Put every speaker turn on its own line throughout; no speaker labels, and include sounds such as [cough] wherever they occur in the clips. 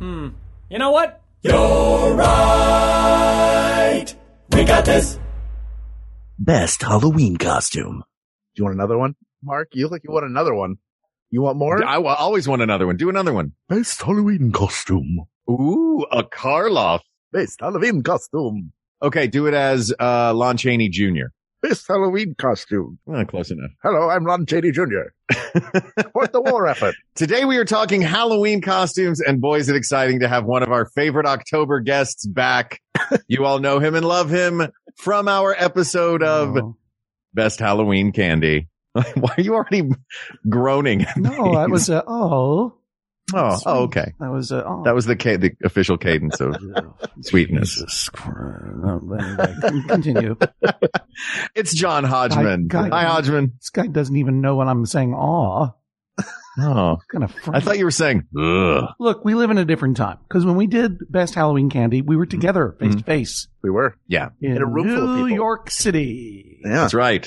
Hmm. You know what? You're right. We got this.
Best Halloween costume.
Do you want another one? Mark, you look like you want another one. You want more?
I wa- always want another one. Do another one.
Best Halloween costume.
Ooh, a Karloff.
Best Halloween costume.
Okay, do it as uh, Lon Chaney Jr.
Best Halloween costume.
Eh, close enough.
Hello, I'm Lon Chaney Jr.
[laughs]
Support the war effort.
Today we are talking Halloween costumes, and boy, is it exciting to have one of our favorite October guests back. [laughs] you all know him and love him from our episode of
No.
Best Halloween Candy. [laughs] Why are you already groaning?
No, that was a oh.
Oh, oh okay.
That was a oh.
That was the ca- the official cadence
[laughs]
of sweetness.
Jesus Christ. No, anyway, con- continue.
It's John Hodgman.
Guy- guy-
Hi, Hodgman.
This guy doesn't even know when I'm saying aw.
Oh,
Kind of. Fr-
I thought you were saying, Ugh.
Look, we live in a different time because when we did Best Halloween Candy, we were together face to face
We were.
in
a room
New
full of people.
York City
Yeah.
that's right,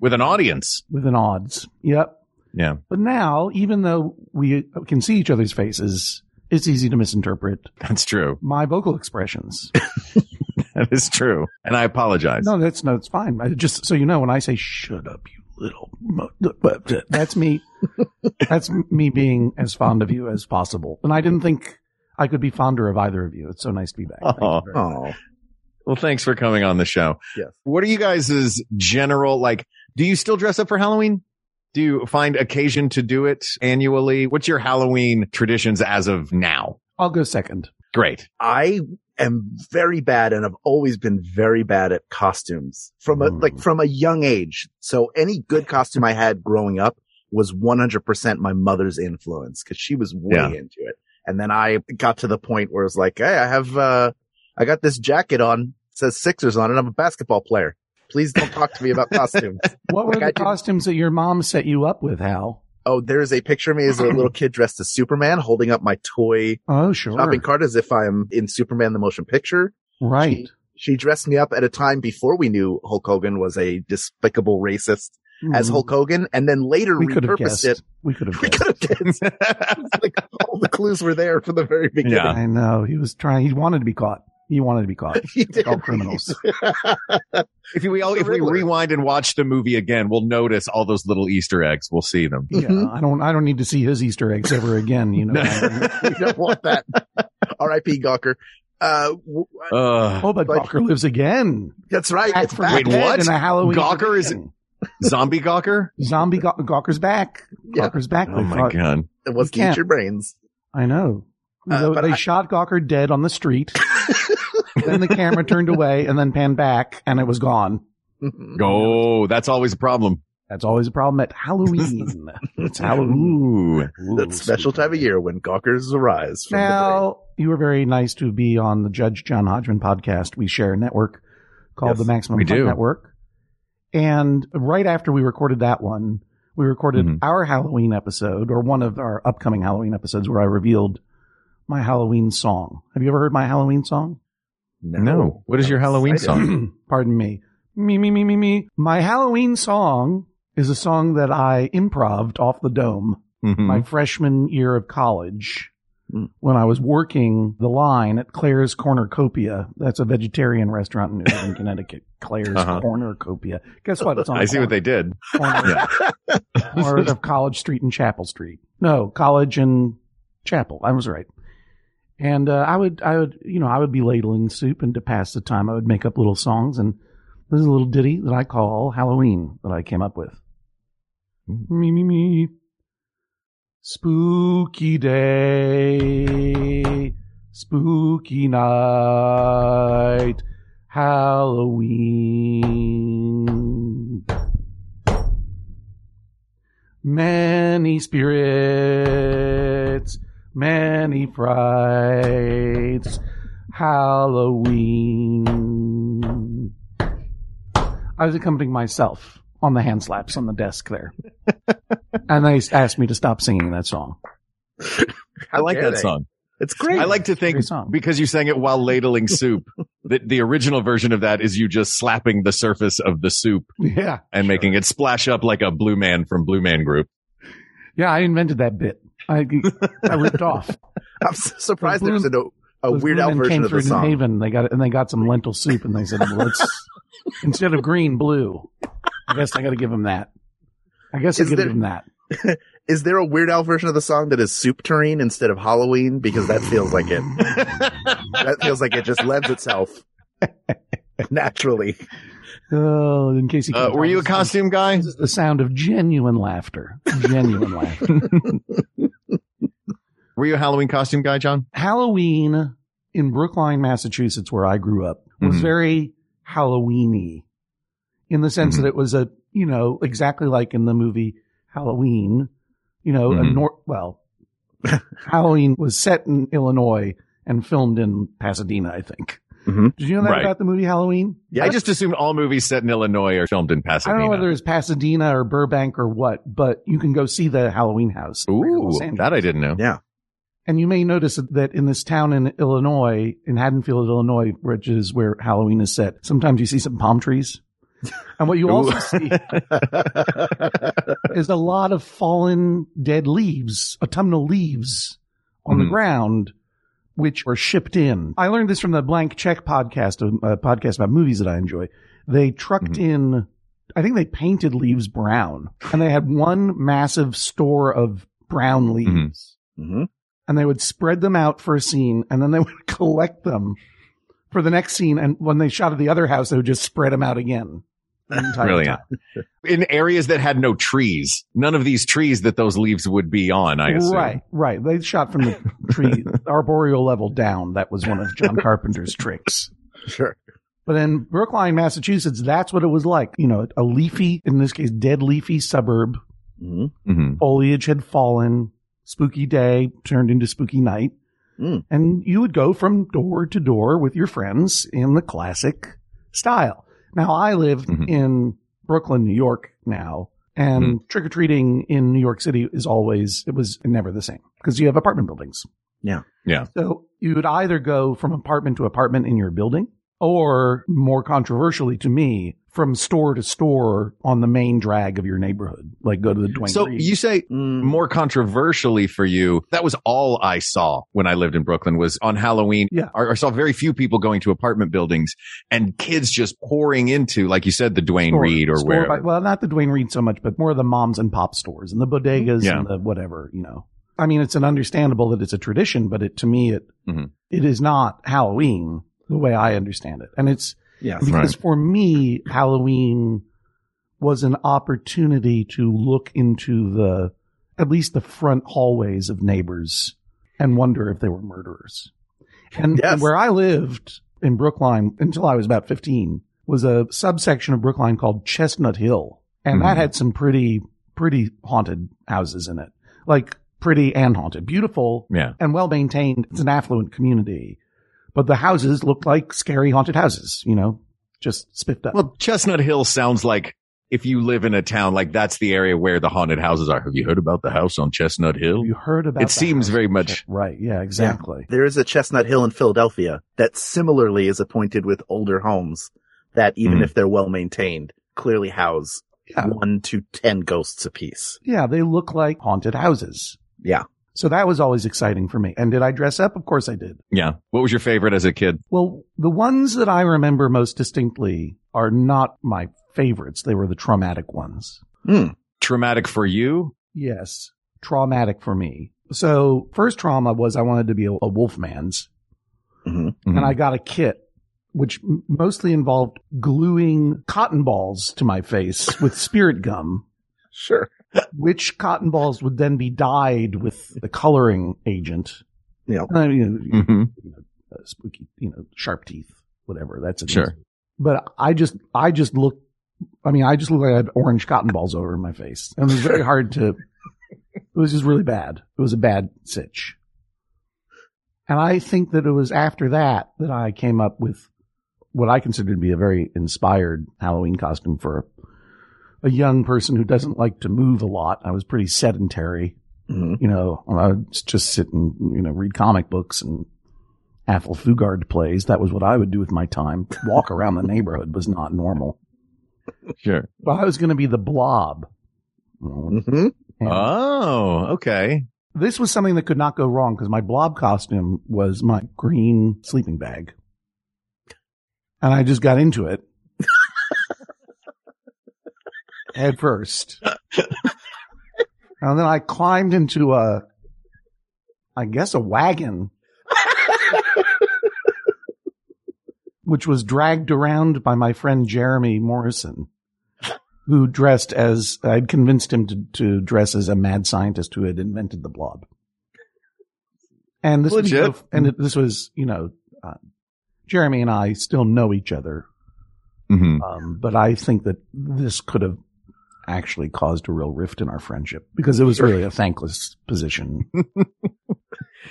with an audience.
with an odds. Yep.
Yeah.
But now, even though we can see each other's faces, it's easy to misinterpret
That's true. [laughs]
my vocal expressions.
That is true. And I apologize.
No, that's no, it's fine. I, just so you know, when I say "shut up, you little," mo- that's
[laughs]
me. that's me being as fond of you as possible. And I didn't think I could be fonder of either of you. It's so nice to be back. Thank you
Aw.
very much.
Oh,
Well, thanks for coming on the show.
Yes.
What are you guys' general, like, do you still dress up for Halloween? Do you find occasion to do it annually? What's your Halloween traditions as of now?
I'll go second.
Great. [laughs]
I am very bad and I've always been very bad at costumes from a,
Mm.
like from a young age. So any good costume I had growing up was 100% my mother's influence because she was way
Yeah.
into it. And then I got to the point where it's like, Hey, I have, uh, I got this jacket on, it says Sixers on it. I'm a basketball player. Please don't talk to me about costumes.
What were
Like, I
the
didn't-
costumes that your mom set you up with, Hal?
Oh, there's a picture of me as a little kid dressed as Superman holding up my toy
Oh, sure,
shopping cart as if I'm in Superman the motion picture.
right.
She dressed me up at a time before we knew Hulk Hogan was a despicable racist as
Mm.
Hulk Hogan, and then later
we could have
repurposed
guessed.
it.
We could
[laughs]
have
We
guessed.
could have guessed. It's like all the clues were there from the very beginning.
Yeah.
I know he was trying. He wanted to be caught. He wanted to
[laughs]
be caught.
He did.
Like
[laughs]
all criminals.
If we all,
The
if we
Riddler.
rewind and watch the movie again, we'll notice all those little Easter eggs. We'll see
[laughs]
them.
Yeah, I don't. I don't need to see his Easter eggs ever again. You
[laughs]
know.
[laughs]
We don't want that. [laughs] R.I.P. Gawker. Uh, w-
Ugh.
Oh, but
But-
Gawker lives again.
that's right.
Back
It's
from
back.
Wait,
the dead
what?
In a Halloween
Gawker
[laughs]
is-
tradition.
zombie Gawker?
zombie. Gaw- Gawker's back.
Yeah.
Gawker's back.
Oh
They
my
thought-
God.
It was
You can't.
Eat Your Brains.
I know.
Uh,
Though
but
they
I-
shot Gawker dead on
[laughs]
the street. then the camera turned away and then panned back, and it was gone.
Mhm.
Oh, that's always a problem.
That's always a problem
[laughs]
at Halloween. it's Halloween.
Ooh.
That special time of year when Gawkers arise. From
Now, you were very nice to be on the Judge John Hodgman podcast. We share a network called
Yes,
the Maximum
we
Fun
do.
Network. And right after we recorded that one, we recorded
Mhm.
our Halloween episode or one of our upcoming Halloween episodes where I revealed my Halloween song. Have you ever heard my Halloween song? [clears throat]
the,
No. What is your Halloween
Excited.
song?
Pardon me. Me, me, me, me, me. My Halloween song is a song that I improved off the dome
Mhm.
[laughs] my freshman year of college
Hmm.
Mm.
when I was working the line at Claire's Cornucopia. That's a vegetarian restaurant in New
[laughs]
Haven, Connecticut. Claire's
Uh-huh.
Cornucopia. Guess what? It's
[laughs]
on
I see what they did.
corner, [laughs] corner of College Street and Chapel Street. No, College and Chapel. I was right. And uh, I would, I would, you know, I would be ladling soup, and to pass the time, I would make up little songs. And there's a little ditty that I call Halloween that I came up with. Me me me. Spooky day, spooky night, Halloween. Many spirits, many frights. Halloween. I was accompanying myself on the hand slaps on the desk there. and they asked me to stop singing that song.
I like
dare
that
they?
song.
It's great.
I like to think
Great song.
because you sang it while ladling soup, that the original version of that is you just slapping the surface of the soup
Yeah.
and making it splash up like a blue man from Blue Man Group.
Yeah, I invented that bit. I, I ripped off.
I'm s- surprised there's a, a
Those
Weird Al
women
version of
came
the
through New
song.
Haven, they got it, and they got some lentil soup, and they said,
[laughs]
well, "Let's instead of green, blue." I guess I got to give them that. I guess I
Is
got to
there-
give them that.
Is there a Weird Al version of the song that is Soup Tureen instead of Halloween? Because that feels like it. that feels like it just lends itself naturally.
Oh, in case you
Uh,
can't
were
tell,
you a
this is
costume guy?
The sound of genuine laughter, genuine laughter.
Were you a Halloween costume guy, John?
Halloween in Brookline, Massachusetts, where I grew up, was
Mhm.
very Halloweeny, in the sense
Mhm.
that it was a you know exactly like in the movie Halloween, you know, a
Mhm.
nor- well, [laughs] Halloween was set in Illinois and filmed in Pasadena, I think.
Mhm.
Did you know that
Mm-hmm. Right.
about the movie Halloween?
Yeah.
I just assumed all movies set in Illinois are filmed in
I
Pasadena.
don't know whether it's Pasadena or Burbank or what, but you can go see the Halloween house. in Los
Ooh,
Angeles.
that I didn't know.
Yeah.
And you may notice that in this town in Illinois, in Haddonfield, Illinois, which is where Halloween is set, sometimes you see some palm trees. And what you also see
Mm-hmm.
is a lot of fallen dead leaves, autumnal leaves on the
Mhm.
ground, which are shipped in. I learned this from the Blank Check podcast, a a podcast about movies that I enjoy. They trucked in, I think they painted leaves brown and they had one massive store of brown leaves
Mhm.
and they would spread them out for a scene and then they would [laughs] collect them for the next scene. And when they shot at the other house, they would just spread them out again. the entire
Brilliant.
time.
In areas that had no trees, none of these trees that those leaves would be on, I assume.
Right, right. They shot from the tree, arboreal level down. That was one of John Carpenter's tricks.
Sure.
But in Brookline, Massachusetts, that's what it was like. You know, a leafy, in this case, dead leafy suburb.
Mhm.
hmm
Foliage had fallen. Spooky day turned into spooky night.
Mm.
And you would go from door to door with your friends in the classic style. Now, I live
Mhm.
in Brooklyn, New York now, and trick or treating in New York City is always, it was never the same because you have apartment buildings.
Yeah.
Yeah.
So you would either go from apartment to apartment in your building or more controversially to me, from store to store on the main drag of your neighborhood, like Mm-hmm. go to the Dwayne
So
Reed.
you say
Mm.
more controversially for you, that was all I saw when I lived in Brooklyn was on Halloween.
Yeah.
I, I saw very few people going to apartment buildings and kids just pouring into, like you said, the Dwayne
store-
Reed or
store
wherever.
by- well, not the Dwayne Reed so much, but more of the moms and pop stores and the bodegas
Yeah.
and the whatever, you know. I mean, it's an understandable that it's a tradition, but it to me it
Mhm.
it is not Halloween the way I understand it, and it's
Yes.
because for me Halloween was an opportunity to look into the at least the front hallways of neighbors and wonder if they were murderers. And,
Yes.
and where I lived in Brookline until I was about 15 was a subsection of Brookline called Chestnut Hill. And that
Mhm.
had some pretty, pretty haunted houses in it. Like pretty and haunted, beautiful
Yeah.
and well maintained. It's an affluent community, but the houses looked like scary haunted houses, you know, just spiffed up.
Well, Chestnut Hill sounds like if you live in a town, like that's the area where the haunted houses are. Have you heard about the house on Chestnut Hill?
you heard about
It
the
seems
house.
very much.
right. Yeah, exactly.
There is a Chestnut Hill in Philadelphia that similarly is appointed with older homes that even
Mhm.
if they're well maintained, clearly house
Yeah.
one to ten ghosts apiece.
Yeah, they look like haunted houses.
Yeah.
So that was always exciting for me. And did I dress up? Of course I did.
Yeah. What was your favorite as a kid?
Well, the ones that I remember most distinctly are not my favorites. They were the traumatic ones.
Traumatic for you?
Yes. Traumatic for me. So first trauma was I wanted to be a, a wolfman's
Mhm.
Mm-hmm.
and I got a kit. Which m- mostly involved gluing cotton balls to my face with spirit gum
Sure.
which cotton balls would then be dyed with the coloring agent.
Yeah.
I mean, you know,
Mhm.
uh, spooky, you know, sharp teeth, whatever. That's an
Sure.
easy- But I just, I just looked. I mean, I just looked like I had orange cotton balls all over my face, and it was very hard to. It was just really bad. It was a bad sitch. And I think that it was after that that I came up with what I consider to be a very inspired Halloween costume for a young person who doesn't like to move a lot. I was pretty sedentary.
Mhm.
You know, I would just sit and, you know, read comic books and Athel Fugard plays. That was what I would do with my time. Walk around the neighborhood was not normal.
Sure.
Well, I was going to be the blob.
hmm
And-
Oh, okay.
This was something that could not go wrong because my blob costume was my green sleeping bag. And I just got into it. Head first. and then I climbed into a, I guess a wagon, which was dragged around by my friend Jeremy Morrison, who dressed as, I'd convinced him to, to dress as a mad scientist who had invented the blob. And this was,
Legit.
bef- and it- this was, you know, uh, Jeremy and I still know each other
Mm-hmm.
um, but I think that this could have actually caused a real rift in our friendship because it was really a thankless position.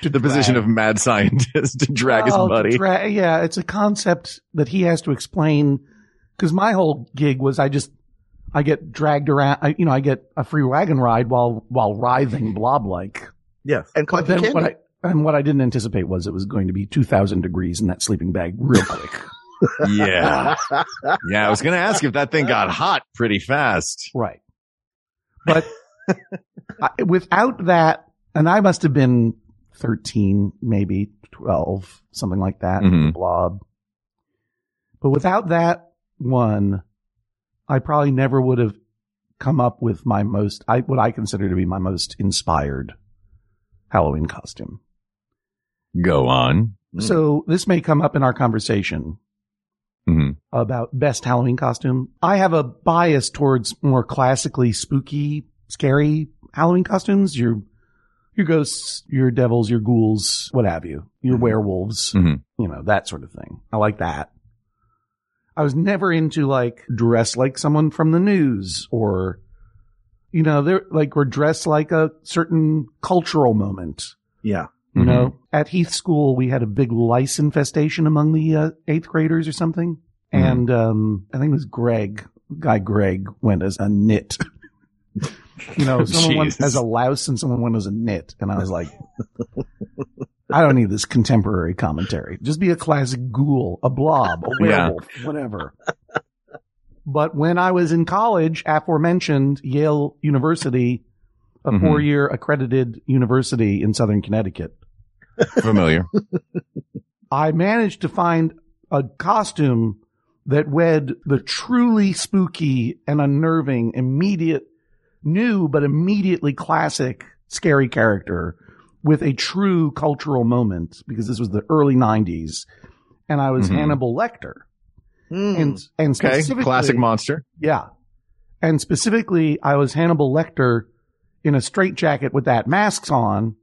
The position of mad scientist to drag his
Oh,
Well,
buddy.
dra- yeah, it's a concept that he has to explain because my whole gig was I just I get dragged around. I, you know, I get a free wagon ride while while writhing blob like.
Yes. And
But
collecting
then what
candy.
I and what I didn't anticipate was it was going to be two thousand degrees in that sleeping bag real quick.
[laughs]
yeah. Yeah. I was going to ask if that thing got hot pretty fast.
Right. But [laughs] I, without that, and I must have been 13, maybe 12, something like that,
Mhm.
blob. But without that one, I probably never would have come up with my most, I, what I consider to be my most inspired Halloween costume.
Go on.
Mm.
So this may come up in our conversation
Mm-hmm.
about best Halloween costume. I have a bias towards more classically spooky, scary Halloween costumes. Your your ghosts, your devils, your ghouls, what have you, your werewolves,
Mhm.
you know, that sort of thing. I like that. I was never into like dress like someone from the news or you know, they're like we're dressed like a certain cultural moment.
yeah.
Mm-hmm.
You know, at Heath School, we had a big lice infestation among the uh, eighth graders or something.
Mm-hmm.
And um, I think it was Greg, guy Greg, went as a knit. you
[laughs]
know, someone went
Jeez.
as a louse and someone went as a knit. And I
[laughs]
was like, I don't need this contemporary commentary. Just be a classic ghoul, a blob, a
Yeah.
werewolf, whatever. But when I was in college, aforementioned Yale University, a
Mhm.
four year accredited university in Southern Connecticut,
[laughs]
Familiar.
I managed to find a costume that wed the truly spooky and unnerving, immediate, new, but immediately classic scary character with a true cultural moment because this was the early 90s. And I was
Mhm.
Hannibal Lecter.
Mm.
And, and
Okay.
specifically,
Classic monster.
yeah. And specifically, I was Hannibal Lecter in a straitjacket with that mask on,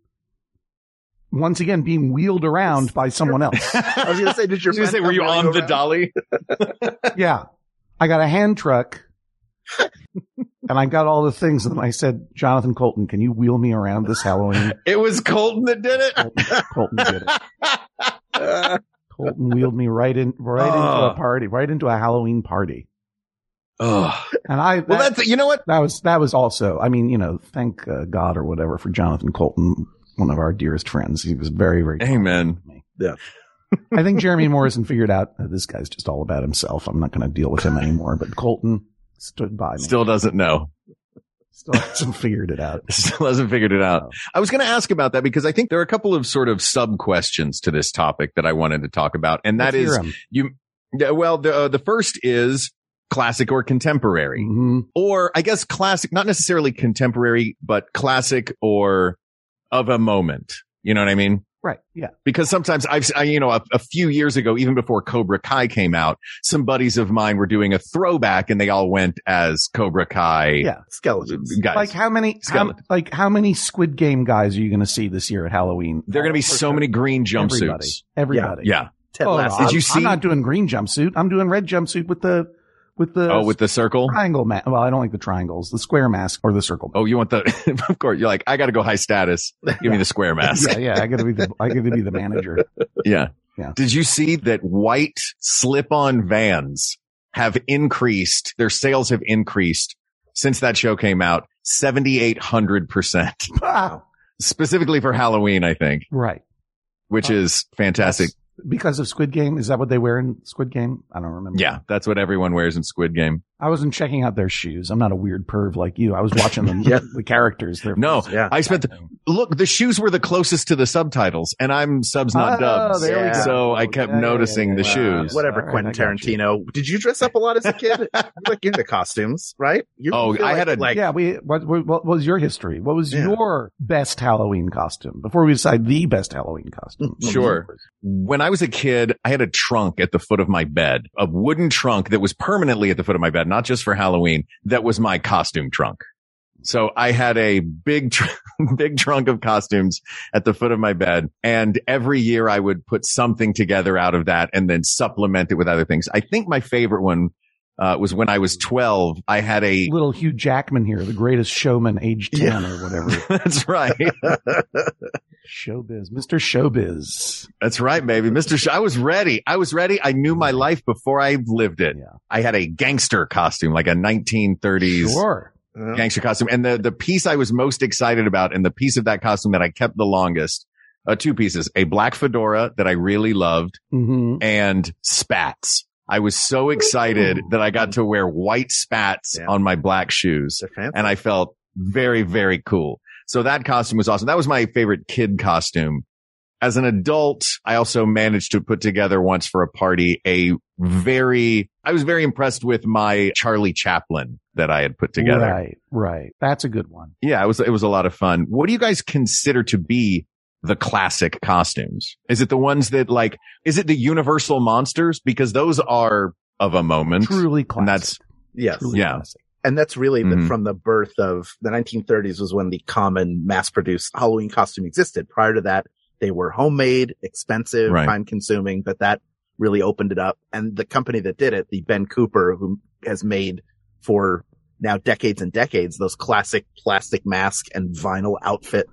once again being wheeled around by someone else.
I was gonna say, did
[laughs]
your
I was gonna
friend
say, were you
come
on
running
the
around?
dolly?
yeah. I got a
[laughs]
hand truck and I got all the things. And I said, Jonathan Colton, can you wheel me around this Halloween?
It was Colton that did it.
Colton did it.
[laughs]
Colton wheeled me right in, right into a
Oh.
party, right into a Halloween party.
Oh,
And I,
well,
that-
that's you know what?
That was that was also. I mean, you know, thank uh, God or whatever for Jonathan Colton, one of our dearest friends. He was very, very.
Amen.
I
[laughs]
think Jeremy Morrison figured out uh, this guy's just all about himself. I'm not going to deal with him anymore. But Colton stood by me.
Still doesn't know. [laughs]
still hasn't figured it out.
Still hasn't figured it out. I was going to ask about that because I think there are a couple of sort of sub questions to this topic that I wanted to talk about, and that is you. yeah, Well, the uh, the first is classic or contemporary,
hmm
or I guess classic, not necessarily contemporary, but classic or of a moment. You know what I mean?
right. Yeah.
because sometimes I've, I, you know, a, a few years ago, even before Cobra Kai came out, some buddies of mine were doing a throwback and they all went as Cobra Kai
Yeah.
Skeletons.
guys.
Like how many? How,
Skeleton.
like how many Squid Game guys are you going to see this year at Halloween? Oh,
there are going to be so many green jumpsuits.
Everybody. Everybody.
Yeah.
Ted
Oh,
Lasso.
I'm-
Did you see-
I'm not doing green jumpsuit. I'm doing red jumpsuit with the with the
oh, with the circle.
triangle mask. Well, I don't like the triangles, the square mask or the circle.
Oh, you want the? [laughs] of course, you're like, I got to go high status. Give me the
[laughs]
square mask.
mask. Yeah, yeah. I gotta be the I gotta be
[laughs]
the manager.
Yeah.
Yeah.
Did you see that white slip on vans have increased? Their sales have increased since that show came out 7,800%,
Wow.
specifically for Halloween, I think,
Right.
which is fantastic.
Because of Squid Game, is that what they wear in Squid Game? I don't remember.
Yeah. That's what everyone wears in Squid Game.
I wasn't checking out their shoes. I'm not a weird perv like you. I was watching
[laughs]
them,
Yeah.
the characters. Their
No,
Yeah.
I spent the, look, the shoes were the closest to the subtitles and I'm subs, not
Oh,
dubs.
there
we go.
So I kept
Yeah, yeah,
noticing
yeah,
the
yeah.
shoes.
Whatever,
All right,
Quentin
I got you.
Tarantino. Did you dress up a lot as a
[laughs]
kid? You're like you're into costumes, right? You
Oh,
feel
I
like-
had a-
like
yeah, we, what, what, what was your history? What was
Yeah.
your best Halloween costume before we decide the best Halloween costume?
Hmm.
Sure. when I was a kid, I had a trunk at the foot of my bed, a wooden trunk that was permanently at the foot of my bed, not just for Halloween. That was my costume trunk. So I had a big, tr- [laughs] big trunk of costumes at the foot of my bed. And every year I would put something together out of that and then supplement it with other things. I think my favorite one uh, was when I was 12. I had a,
Little Hugh Jackman here, the greatest showman, age 10 or
[laughs]
whatever.
[laughs] that's right. [laughs]
Showbiz. Mr. Showbiz.
That's right, baby. Mr. Sh- I was ready. I was ready. I knew my life before I lived it.
Yeah.
I had a gangster costume, like a 1930s
Sure.
uh,
gangster costume. And the, the piece I was most excited about and the piece of that costume that I kept the longest, uh, two pieces, a black fedora that I really loved
hmm
and spats. I was so excited that I got to wear white spats
Yeah.
on my black shoes
they're fancy.
and I felt very, very cool. So that costume was awesome. That was my favorite kid costume. As an adult, I also managed to put together once for a party a very, I was very impressed with my Charlie Chaplin that I had put together.
Right, right. That's a good one.
Yeah, it was, it was a lot of fun. What do you guys consider to be the classic costumes? Is it the ones that like, is it the universal monsters? Because those are of a moment.
Truly classic.
And that's,
yes.
Truly
yeah.
classic.
And that's really
Mhm.
the, from the birth of the 1930s was when the common mass produced Halloween costume existed. Prior to that, they were homemade, expensive,
Right.
time consuming, but that really opened it up. And the company that did it, the Ben Cooper, who has made for now decades and decades, those classic plastic mask and vinyl outfit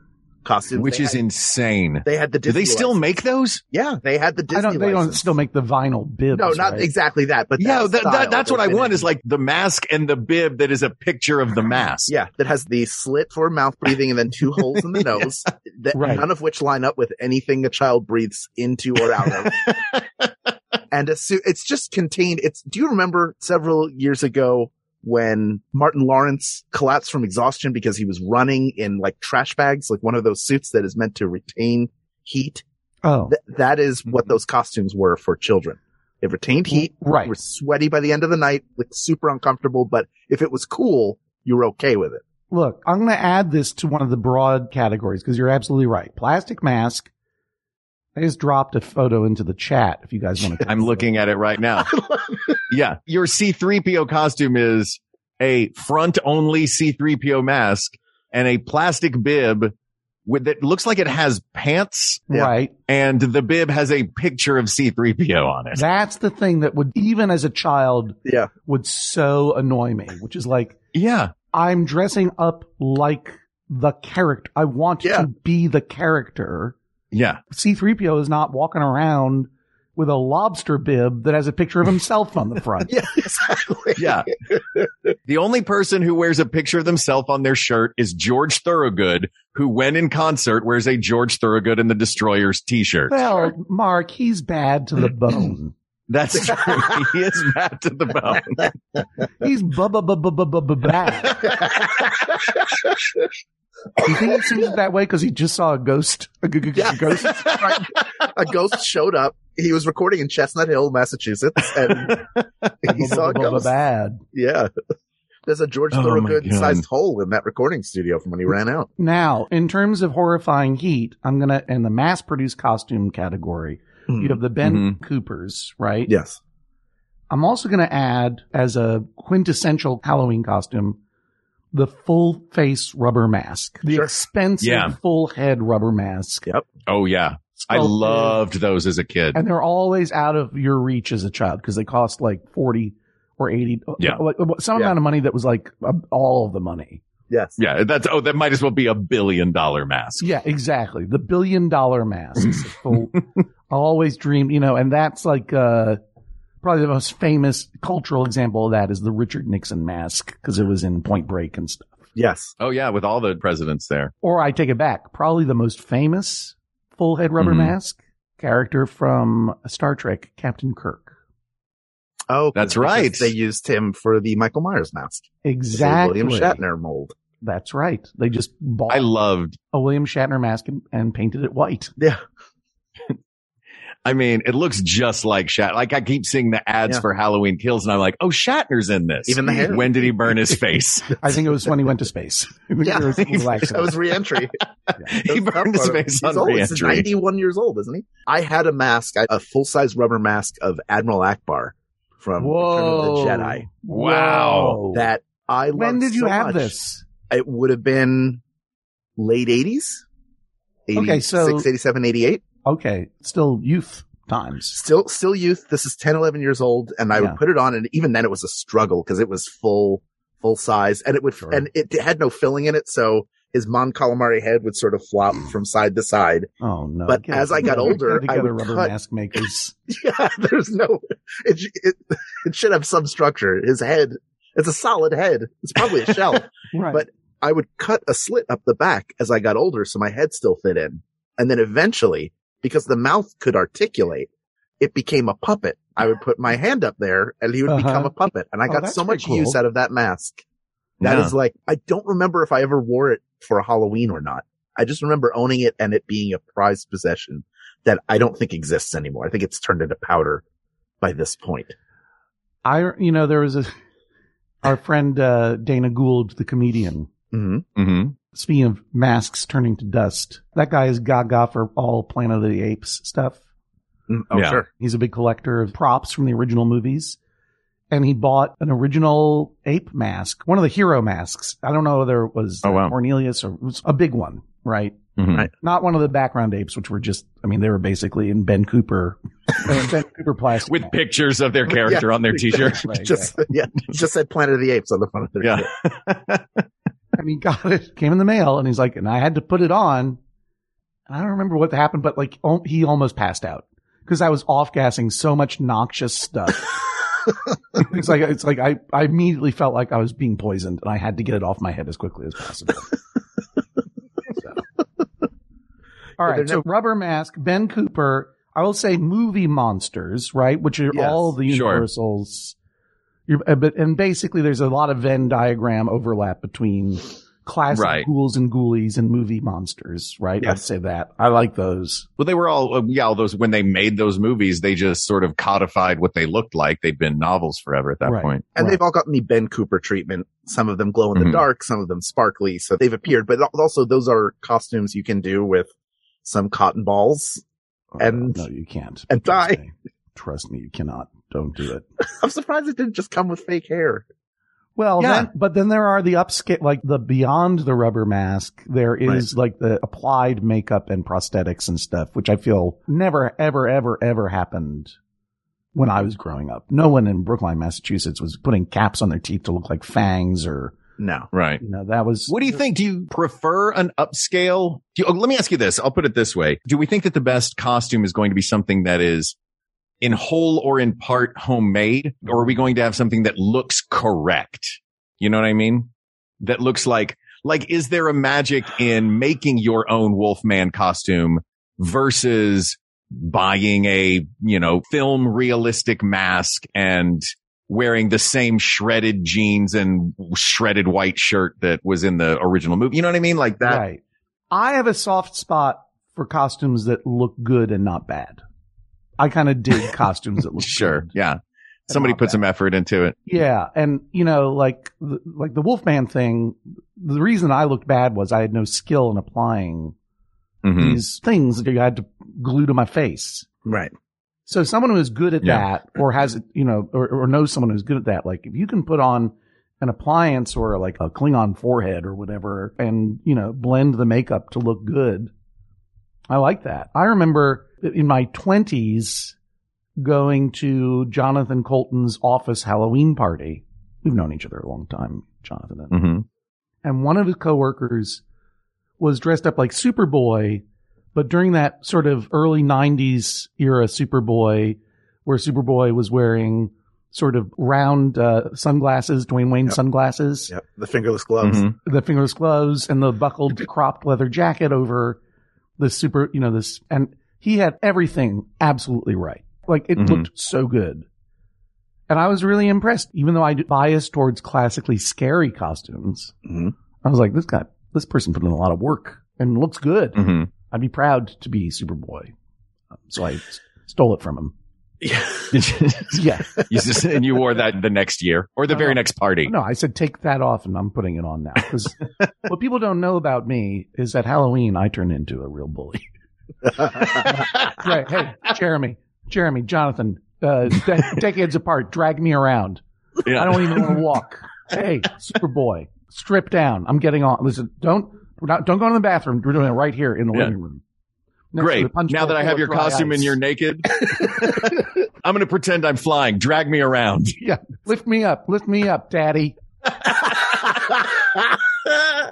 costumes.
which
They
is
had-
insane.
They had the
Do
Disney
they still
license.
make those?
Yeah, they had the Disney
I don't, they don't
license.
still make the vinyl bibs.
No, not
right?
exactly that, but
yeah,
that
that,
style,
that, that's what
they've
I
been
want
in-
is like the mask and the bib that is a picture of the mask.
[laughs] Yeah, that has the slit for mouth breathing and then two
[laughs]
holes in the nose, that,
Right.
none of which line up with anything a child breathes into or out of.
[laughs]
and a su- it's just contained. It's. Do you remember several years ago when Martin Lawrence collapsed from exhaustion because he was running in like trash bags, like one of those suits that is meant to retain heat?
Oh,
Th- that is what
Mm-hmm.
those costumes were for children. It retained heat.
right.
You were sweaty by the end of the night, like super uncomfortable. But if it was cool, you were okay with it.
Look, I'm going to add this to one of the broad categories because you're absolutely right. Plastic mask. I just dropped a photo into the chat if you
[laughs]
guys want to.
I'm looking at it right now. yeah. Your C3PO costume is a front only C3PO mask and a plastic bib with that looks like it has pants
yeah.
Right.
and the bib has a picture of C3PO on it.
That's the thing that would, even as a child,
Yeah.
would so annoy me, which is like,
Yeah.
I'm dressing up like the character. I want
Yeah.
to be the character.
Yeah.
C3PO is not walking around with a lobster bib that has a picture of himself on the
[laughs]
front.
Yeah, exactly.
Yeah. the only person who wears a picture of themselves on their shirt is George Thorogood, who when in concert wears a George Thorogood and the Destroyers t-shirt.
Well, Mark, he's bad
[clears throat]
to the bone.
[laughs]
That's true. he is mad to the bone.
He's bubba bubba bubba bubba bad.
[laughs]
You think he seems that way because he just saw a ghost? A g- g- g-
Yeah.
ghost?
a ghost showed up. He was recording in Chestnut Hill, Massachusetts,
[laughs]
and [laughs] he
Bubba
saw a
bubba bubba
ghost.
bad.
Yeah. There's a George
Oh my
Thorogood sized
God.
hole in that recording studio from when he ran out.
Now, in terms of horrifying heat, I'm gonna in the mass-produced costume category.
Hmm.
You have the Ben
Mm-hmm.
Coopers, right?
Yes.
I'm also going to add as a quintessential Halloween costume the full face rubber mask, the
Sure.
expensive
Yeah.
full head rubber mask.
Yeah.
Oh yeah. I
Sculpted.
loved those as a kid.
and they're always out of your reach as a child because they cost like 40 or 80,
Yeah.
like, uh, some
Yeah.
amount of money that was like uh, all of the money.
Yes.
Yeah, that's oh, that might as well be a billion dollar mask.
Yeah, exactly. The billion dollar
[laughs]
masks. So I always dreamed, you know, and that's like uh, probably the most famous cultural example of that is the Richard Nixon mask because it was in Point Break and stuff.
Yes.
Oh yeah, with all the presidents there.
Or I take it back, probably the most famous full head rubber
Mhm.
Mm-hmm.
mask character from Star Trek, Captain Kirk.
Oh, 'cause-
That's
because
right.
They used him for the Michael Myers mask. The
Exactly.
William Shatner mold.
That's right. They just bought
I loved.
a William Shatner mask and, and painted it white.
Yeah.
I mean, it looks just like Shat. Like I keep seeing the ads
Yeah.
for Halloween Kills, and I'm like, oh, Shatner's in this.
Even the hair.
When did he burn his
[laughs]
face?
I think it was when he went to space. [laughs]
Yeah.
It was a
[laughs]
little
That
accident.
was reentry.
he burned his face on
He's old. He's
reentry.
91 years old, isn't he? I had a mask, a full size rubber mask of Admiral Akbar from
Whoa.
Return of the Jedi.
Wow.
Whoa.
That I
when
loved
did you
so
have
much.
this?
It would have been late 80s.
Okay, so-
86, 87, 88.
Okay, still youth times.
Still, still youth. This is 10, 11 years old. And I
Yeah.
would put it on. And even then it was a struggle because it was full, full size and it would,
Sure.
and it had no filling in it. So his Mon Calamari head would sort of flop
Hmm.
from side to side.
Oh no!
But as
[laughs]
I got
together-
older,
get
I
together
would
rubber
cut- [laughs]
mask makers.
Yeah, there's no. It, it it should have some structure. His head. It's a solid head. It's probably a shell.
right.
But- I would cut a slit up the back as I got older, so my head still fit in. And then eventually, because the mouth could articulate, it became a puppet. I would put my hand up there, and he would
Uh-huh.
become a puppet. And I
Oh,
got
that's
so much
pretty cool.
use out of that mask. That is
Yeah.
like I don't remember if I ever wore it for Halloween or not. I just remember owning it and it being a prized possession that I don't think exists anymore. I think it's turned into powder by this point.
I, you know, there was a our friend uh, Dana Gould, the comedian.
Mm-hmm.
Mhm.
Speaking of masks turning to dust, that guy is gaga for all Planet of the Apes stuff.
Oh,
Yeah.
sure.
He's a big collector of props from the original movies. And he bought an original ape mask, one of the hero masks. I don't know whether it was
Oh, wow.
Cornelius or it was a big one, right?
Mhm.
Right.
Not one of the background apes, which were just, I mean, they were basically in Ben Cooper, [laughs] Ben Cooper plastic.
With pictures of their character on their t-shirt.
[laughs]
Right,
Just yeah, just said Planet of the Apes on the front of their
Yeah.
shirt.
and [laughs] he got it came in the mail and he's like and i had to put it on and i don't remember what happened but like al- he almost passed out because i was off gassing so much
[laughs]
noxious stuff it's like it's like I, I immediately felt like i was being poisoned and i had to get it off my head as quickly as
[laughs]
possible So. all
they're
right so rubber mask ben cooper i will say movie monsters right which are
Yes,
all the
sure.
universals you're, uh, but and basically, there's a lot of Venn diagram overlap between classic
Right.
ghouls and ghoulies and movie monsters, right? I'd
Yes.
say that. I like those.
Well, they were all uh, yeah. All those when they made those movies, they just sort of codified what they looked like. They'd been novels forever at that
Right.
point.
And
Right. Mm-hmm.
they've all gotten the Ben Cooper treatment. Some of them glow in the
Mhm.
dark, some of them sparkly. So they've appeared, but al- also those are costumes you can do with some cotton balls. And-
Uh, no, you can't.
and
Trust
die.
me. Trust me, you cannot. Don't do it.
I'm surprised it didn't just come with fake hair.
Well,
Yeah.
then, but then there are the upscale, like the beyond the rubber mask. There is like the applied makeup and prosthetics and stuff, which I feel never, ever, ever, ever happened when I was growing up. No one in Brookline, Massachusetts was putting caps on their teeth to look like fangs or,
No.
Right.
you know, that was.
What do you think? Do you prefer an upscale? Do you, oh, let me ask you this. I'll put it this way. Do we think that the best costume is going to be something that is in whole or in part homemade? Or are we going to have something that looks correct? You know what I mean? That looks like, like, is there a magic in making your own Wolfman costume versus buying a, you know, film realistic mask and wearing the same shredded jeans and shredded white shirt that was in the original movie. You know what I mean? Like that.
Right. I have a soft spot for costumes that look good and not bad. I kind of
[laughs]
dig costumes that look
Sure.
good.
Yeah. Somebody
not
put
bad.
some effort into it.
Yeah, and you know, like the, like the Wolfman thing. The reason I looked bad was I had no skill in applying
Mhm.
these things that you had to glue to my face.
Right.
So someone who is good at
Yeah.
that, or has you know, or, or knows someone who's good at that, like if you can put on an appliance or like a Klingon forehead or whatever, and you know, blend the makeup to look good, I like that. I remember in my twenties going to Jonathan Colton's office Halloween party. We've known each other a long time, Jonathan and
Mm-hmm.
and one of his coworkers was dressed up like Superboy, but during that sort of early 90s era Superboy, where Superboy was wearing sort of round uh, sunglasses, Dwayne Wayne
Yep.
sunglasses,
Yep. The fingerless gloves.
Mm-hmm.
the fingerless gloves, and the buckled cropped leather jacket over the super, you know, this, and he had everything absolutely right. Like it
Mhm.
looked so good. And I was really impressed, even though I biased towards classically scary costumes.
Mhm.
I was like, this guy, this person put in a lot of work and looks good.
hmm
I'd be proud to be Superboy. Um, So I s- stole it from him. Yeah.
Mm-hmm. [laughs] you just, and you wore that the next year or the
No,
very
no.
next party.
No, I said take that off and I'm putting it on now. Because what people don't know about me is that Halloween, I turn into a real bully. Mm-hmm. right. Hey, Jeremy, Jeremy, Jonathan, uh, de- decades apart, drag me around.
Yeah.
[laughs] I don't even want to walk. Hey, Superboy, strip down. I'm getting on. Listen, don't we're not, don't go in the bathroom. We're doing it right here in the
Yeah.
living room. Next to
Great.
the punch
Now
bowl
that I
full
have
of
your
dry
costume and
ice.
you're [laughs] naked, I'm going to pretend I'm flying. Drag me around.
yeah, [laughs] lift me up, lift me up, Daddy.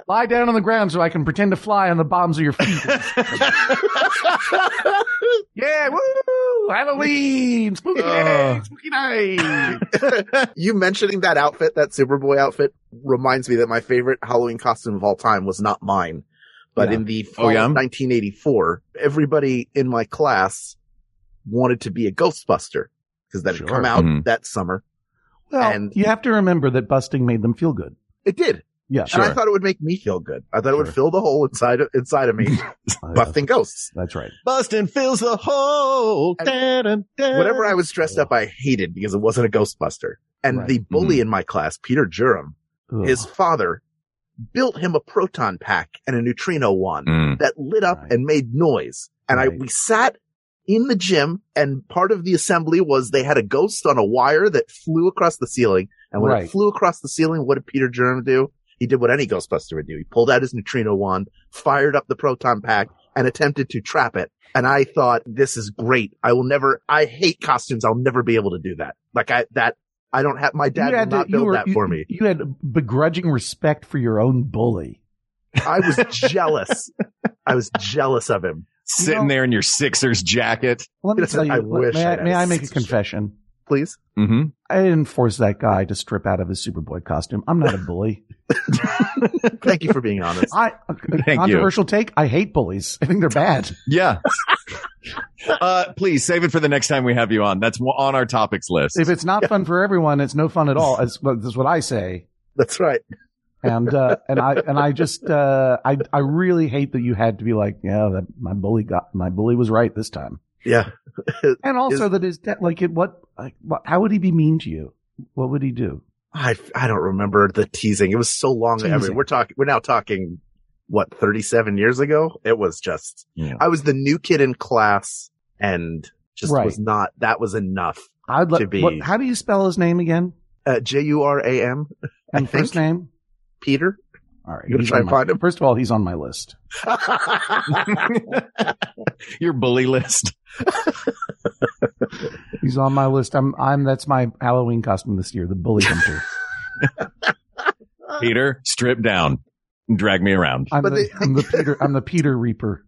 Lie down on the ground so I can pretend to fly on the bottoms of
[laughs]
your feet. yeah, woo! Halloween, spooky
Uh.
night, spooky night.
[laughs] you mentioning that outfit, that Superboy outfit, reminds me that my favorite Halloween costume of all time was not mine, but
Yeah.
in the fall
yeah?
of 1984, everybody in my class wanted to be a Ghostbuster because that had
Sure. Mm-hmm.
come out
Mhm.
that summer.
Well,
And-
you have to remember that busting made them feel good.
It did,
Yeah,
Sure.
and I thought it would make me feel good. I thought it would
Sure.
fill the hole inside of, inside of
[laughs]
me,
Uh,
busting ghosts.
That's right.
Bustin' fills the hole.
And
Whatever
Whatever I was dressed up, I hated because it wasn't a Ghostbuster. And
Right. Mm-hmm.
the bully in my class, Peter Jurum,
Ugh.
his father built him a proton pack and a neutrino wand that lit up
Right.
and made noise. And I,
Right.
we sat in the gym and part of the assembly was they had a ghost on a wire that flew across the ceiling. And when
Right.
it flew across the ceiling, what did Peter Germ do? He did what any Ghostbuster would do. He pulled out his neutrino wand, fired up the proton pack and attempted to trap it. And I thought, this is great. I will never, I hate costumes. I'll never be able to do that. Like I, that, I don't have, my dad
You
will
had to-
not
you
build
were-
that
you-
for me.
You had begrudging respect for your own bully.
I
[laughs]
was jealous. I was jealous of him.
Sitting there in your Sixers jacket.
Let
[laughs]
me
Yes,
tell you.
I
let-
wish
may
I
I,
had
may
a
I make a
sister.
confession?
Please.
Mm-hmm.
I didn't force that guy to strip out of his Superboy costume. I'm not a
[laughs]
bully.
Thank you for being honest.
I a
you.
controversial take. I hate bullies. I think they're bad.
[laughs] Yeah. uh, please save it for the next time we have you on. That's wa- on our topics list.
If it's not fun for everyone, it's no fun at all. That's what, that's what I say.
That's right.
And uh, and I and I just uh, I I really hate that you had to be like, yeah, that my bully got my bully was right this time.
Yeah.
And also that his de- like it what like what, how would he be mean to you? What would he do?
I, I don't remember the teasing. It was so long. I mean,
Teasing.
we're talking, we're now talking what 37 years ago. It was just,
Yeah.
I was the new kid in class and just
Right.
was not, that was enough.
I'd
To
let.
be-
What, how do you spell his name again?
Uh, J-U-R-A-M, I
And first
think-
name?
Peter.
[laughs] All right.
You gonna
he's
try
on
and
my-
find him?
First of all, he's on my list.
Mm-hmm.
[laughs] your bully list.
He's on my list. I'm. I'm. That's my Halloween costume this year. The bully
[laughs]
hunter.
Peter, strip down. Drag me around.
I'm,
But
the,
they-
I'm the Peter. I'm the Peter
[laughs]
Reaper.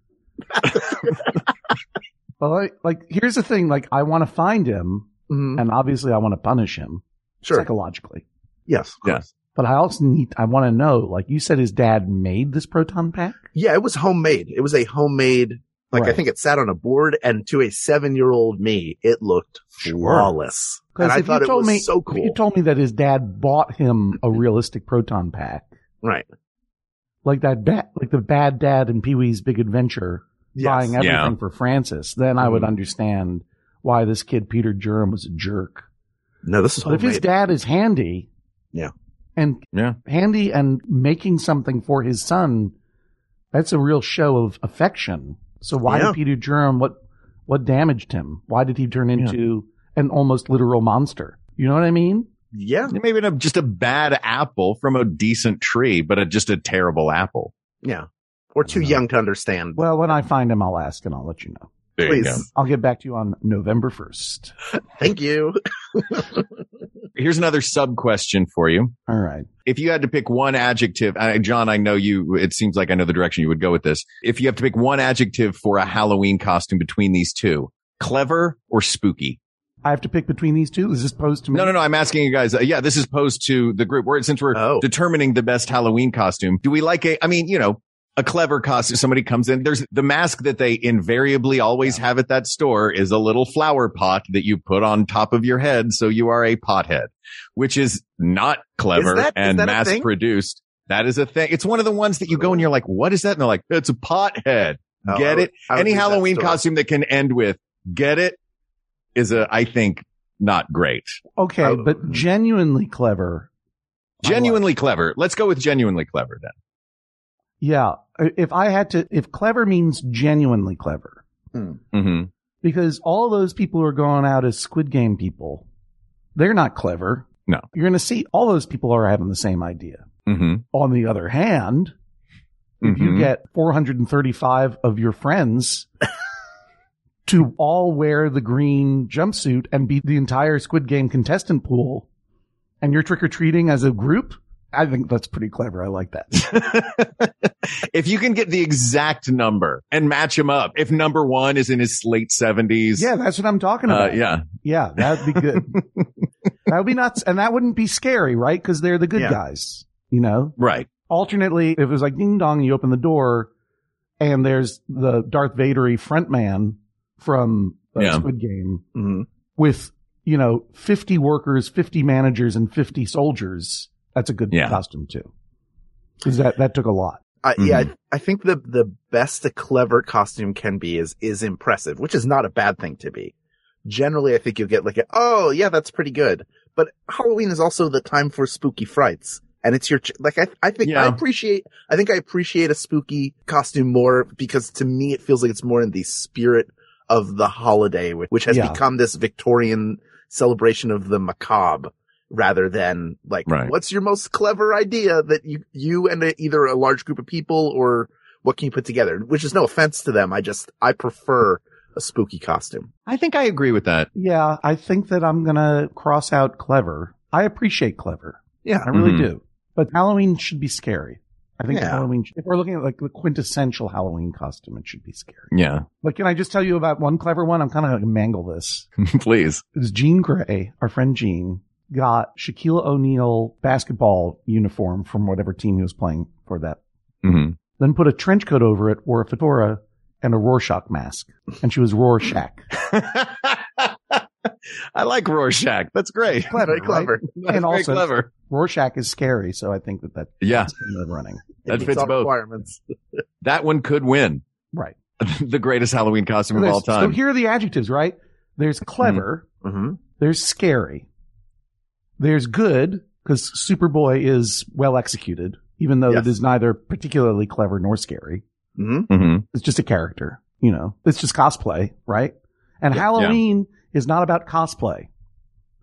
well, I, like here's the thing. Like I want to find him,
Mhm.
and obviously I want to punish him
Sure.
psychologically.
Yes. Of
Yeah.
course.
But I also need. I want to know. Like you said, his dad made this proton pack.
Yeah. It was homemade. It was a homemade, like I
Right.
think it sat on a board and to a seven year old me, it looked flawless. And
Because
I
if
thought
you
it
told
was
me,
so
if you
cool.
told me that his dad bought him a realistic proton pack,
right.
like that, ba- like the bad dad in Pee Wee's Big Adventure, buying everything
Yeah.
for Francis, then I would
Mhm.
understand why this kid Peter Jerem was a jerk.
No, this is
But if his
homemade.
dad is handy,
Yeah.
and
Yeah.
handy and making something for his son, that's a real show of affection. So why
Yeah.
did Peter Jerem what what damaged him? Why did he turn into an almost literal monster? You know what I mean?
yeah.
Maybe not just a bad apple from a decent tree, but a, just a terrible apple.
Yeah. Or too young to understand.
Well, when I find him, I'll ask and I'll let you know.
There you go.
Please.
I'll get back to you on November 1st.
[laughs]
Thank you.
Here's another sub question for you.
All right.
If you had to pick one adjective, I, John, I know you, it seems like I know the direction you would go with this. If you have to pick one adjective for a Halloween costume between these two, clever or spooky?
I have to pick between these two. Is this posed to me?
No, no, no. I'm asking you guys. Uh, yeah, this is posed to the group. We're, since we're
Oh.
determining the best Halloween costume, do we like a, I mean, you know, a clever costume. Somebody comes in. There's the mask that they invariably always have at that store is a little flower pot that you put on top of your head. So you are a pothead, which is not clever
that- is
and
that a
mass
thing?
produced. That is a thing. It's one of the ones that you go and you're like, what is that? And they're like, it's a pothead.
Oh, I
Get
would-
it?
I would
Any
leave that
Halloween
store.
costume that can end with get it is a, I think, not great.
Okay,
Uh,
Oh.
but genuinely clever. I like.
Genuinely clever. Let's go with genuinely clever then.
Yeah. If I had to, if clever means genuinely clever,
Mm-hmm.
because all those people who are going out as Squid Game people, they're not clever.
No.
You're going to see all those people are having the same idea.
Mm-hmm.
On the other hand, if you get 435 of
[laughs]
your friends to all wear the green jumpsuit and be the entire Squid Game contestant pool, and you're trick or treating as a group, I think that's pretty clever. I like that.
if you can get the exact number and match him up, if number one is in his late seventies,
Yeah, that's what I'm talking
uh,
about.
yeah,
Yeah, that'd
[laughs]
be good. that would be nuts. And that wouldn't be scary, right? Because they're the good
Yeah.
guys, you know?
right,
Alternately, if it was like ding dong, you open the door and there's the Darth Vadery front man from uh,
Yeah.
Squid Game
Mhm.
with, you know, 50 workers, 50 managers, and 50 soldiers. That's a good
Yeah.
costume, too. Because that, that took a lot.
I, Yeah,
Mm-hmm.
I- I think the the best a clever costume can be is is impressive, which is not a bad thing to be. Generally, I think you get like, a, oh yeah, that's pretty good. But Halloween is also the time for spooky frights, and it's your ch- like I I think I
Yeah.
appreciate I think I appreciate a spooky costume more because to me it feels like it's more in the spirit of the holiday, which, which has
Yeah.
become this Victorian celebration of the macabre rather than like
Right.
what's your most clever idea that you you and a, either a large group of people or what can you put together which is no offense to them i just i prefer a spooky costume
I think I agree with that.
Yeah, I think that I'm going to cross out clever. I appreciate clever.
yeah mm-hmm.
I really
Mhm.
do. But Halloween should be scary. I think
Yeah.
Halloween, if we're looking at like the quintessential Halloween costume, it should be scary.
Yeah, [laughs]
But can I just tell you about one clever one? I'm kind of going to mangle this.
please.
It was Jean Grey, our friend Jean, got Shaquille O'Neal basketball uniform from whatever team he was playing for that.
Mm-hmm.
Then put a trench coat over it, wore a fedora and a Rorschach mask. And she was Rorschach.
I like Rorschach. That's great.
Clever,
very clever
right?
That's
And
very
also-
clever.
Rorschach is scary, so I think that that's
Yeah,
in the running.
It
That
meets
fits
all
both.
requirements
that one could win [laughs]
Right.
the greatest Halloween costume of all
There's-
time. Mm-hmm.
So here are the adjectives, right? There's clever.
hmm
There's scary. There's good because Superboy is well executed, even though
Yes.
it is neither particularly clever nor scary.
hmm
hmm
It's just a character, you know. It's just cosplay, right? And Halloween is not about cosplay.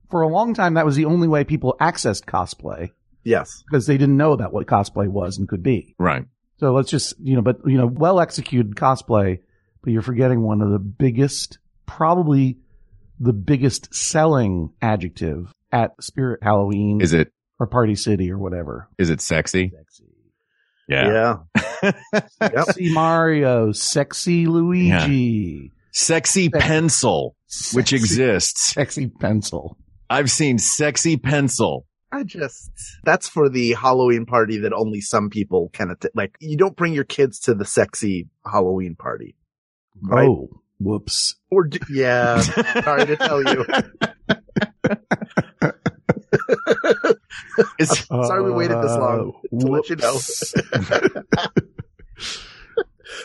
For a long time, that was the only way people accessed cosplay
yes
because they didn't know about what cosplay was and could be.
Right.
So let's just, you know, but, you know, well executed cosplay, but you're forgetting one of the biggest, probably the biggest selling adjective at Spirit Halloween
Is it?
or Party City or whatever.
Is it sexy?
yeah, Yep.
Sexy Mario, sexy Luigi,
Sexy pencil, which
sexy-
exists.
sexy pencil.
I've seen sexy pencil.
i just that's for the halloween party that only some people can attend like you don't bring your kids to the sexy halloween party Right.
Oh, whoops.
or do,
[laughs]
yeah sorry to tell you
It's-
[laughs]
Sorry we waited this long
Uh,
to let you know.
whoops. [laughs]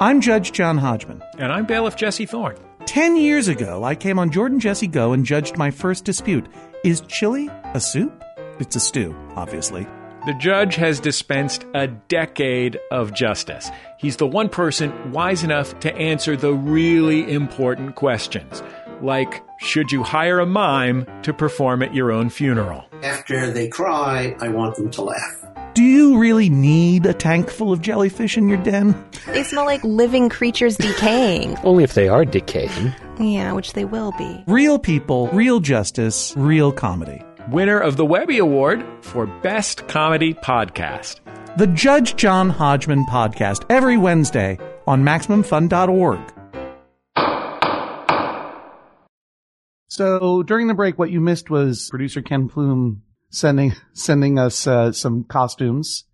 I'm Judge John Hodgman.
And I'm bailiff Jesse Thorne.
Ten years ago, I came on Jordan Jesse Go and judged my first dispute. Is chili a soup? It's a stew, obviously.
The judge has dispensed a decade of justice. He's the one person wise enough to answer the really important questions, like should you hire a mime to perform at your own funeral?
After they cry, I want them to laugh.
Do you really need a tank full of jellyfish in your den?
They smell like living creatures decaying.
Only if they are decaying.
yeah, which they will be.
Real people, real justice, real comedy.
Winner of the Webby Award for Best Comedy Podcast.
The Judge John Hodgman podcast every Wednesday on MaximumFun.org.
So during the break, what you missed was producer Ken Plume sending sending us uh, some costumes.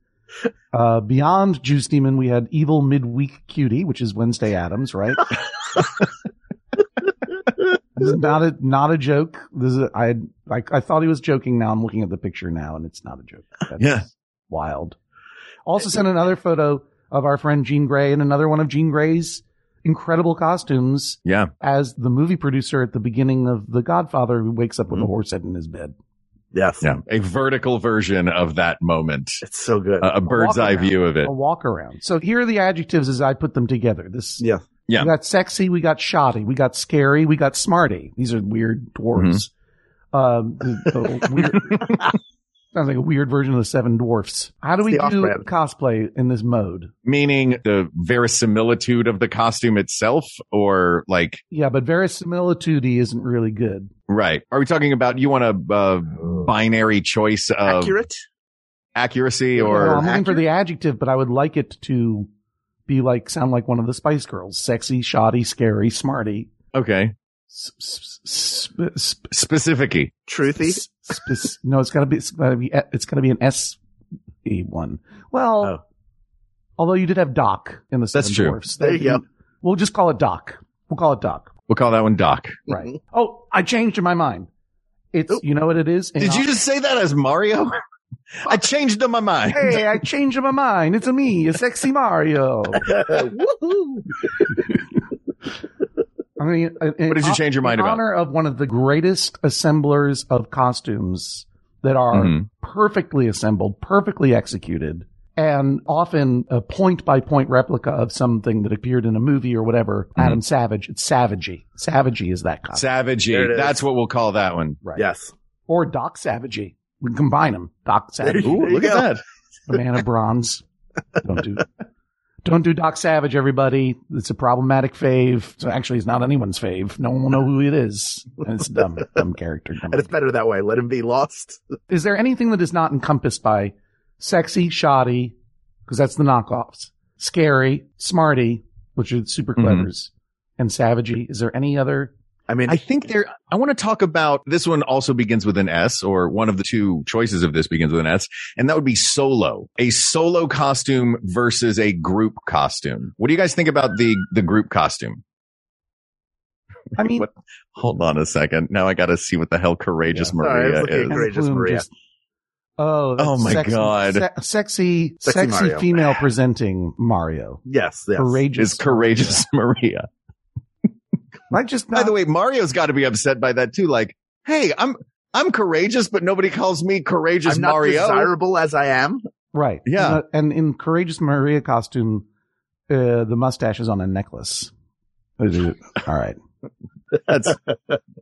Uh, beyond Juice Demon, we had Evil Midweek Cutie, which is Wednesday Adams, right? this is not a not a joke. This is a, I I I thought he was joking. Now I'm looking at the picture now, and it's not a joke. That's
Yeah.
wild. Also sent another photo of our friend Jean Grey and another one of Jean Grey's incredible costumes
Yeah.
as the movie producer at the beginning of The Godfather who wakes up with a horse head in his bed.
Yes.
Yeah. A vertical version of that moment,
It's so good.
a, a bird's
walk
eye
around.
view of it.
A walk around. So here are the adjectives as I put them together. This
yeah.
Yeah.
We got sexy, we got shoddy, we got scary, we got smarty. These are weird dwarves. Um, the- the weird- sounds like a weird version of the Seven Dwarfs. How do
It's
we
the
do
off-brand.
cosplay in this mode?
Meaning the verisimilitude of the costume itself or like,
Yeah, but verisimilitude isn't really good.
right. Are we talking about you want a uh, binary choice of
Accurate.
accuracy
Well, I'm
or
looking for the adjective, but I would like it to be like sound like one of the Spice Girls: sexy, shoddy, scary, smarty,
okay
S- s- sp- sp-
specificy
Truthy.
s- sp- no, it's gotta be, it's gotta be, it's gotta be an S E one. Well,
Oh.
although you did have Doc in the Seven
true.
Dwarfs.
There you go.
We'll just call it Doc. We'll call it Doc.
we'll call that one doc
Right.
Mm-hmm.
oh, I changed in my mind. It's you know what it is.
did you just say that as mario [laughs] i changed my mind
Hey, I changed my mind. It's a me, a sexy
[laughs]
Mario.
Woohoo.
I mean, uh, in,
What did you change your mind
in
about?
Honor of one of the greatest assemblers of costumes that are
Mhm.
perfectly assembled, perfectly executed, and often a point by point replica of something that appeared in a movie or whatever.
Mm-hmm.
Adam Savage, it's Savagey. Savagey is that costume,
There it
savagey
is.
that's what we'll call that one
right?
Yes.
Or Doc Savagey. We can combine them. Doc
[laughs]
Savage,
There
Ooh,
you
look
go.
at that
the man of bronze. Don't do. Don't do Doc Savage, everybody. It's a problematic fave. So actually, it's not anyone's fave. No one will know who it is, and it's dumb, dumb character. dumb
And it's better that way. Let him be lost.
is there anything that is not encompassed by sexy, shoddy, because that's the knockoffs, scary, smarty, which are the super
Mhm.
Mm-hmm.
clevers, and savagey? Is there any other?
I mean,
I think there, I want to talk about this one also begins with an S or one of the two choices of this begins with an S. And that would be solo, a solo costume versus a group costume. What do you guys think about the, the group costume?
I mean,
What- Hold on a second. Now I got to see what the hell courageous
Yeah. Sorry,
Maria
I was looking
is.
at
Hans
Courageous
Bloom
Maria.
just- oh,
Oh
that's
my
sexy-
God.
se- sexy,
Sexy
sexy,
Mario.
female presenting Mario,
yes, yes.
courageous,
Is courageous [laughs] Maria.
I just
By the way, Mario's got to be upset by that too. Like, hey, I'm, I'm courageous, but nobody calls me courageous
I'm not
Mario.
desirable as I am.
right?
Yeah.
and, uh, and in courageous Maria costume, uh, the mustache is on a necklace. All right.
That's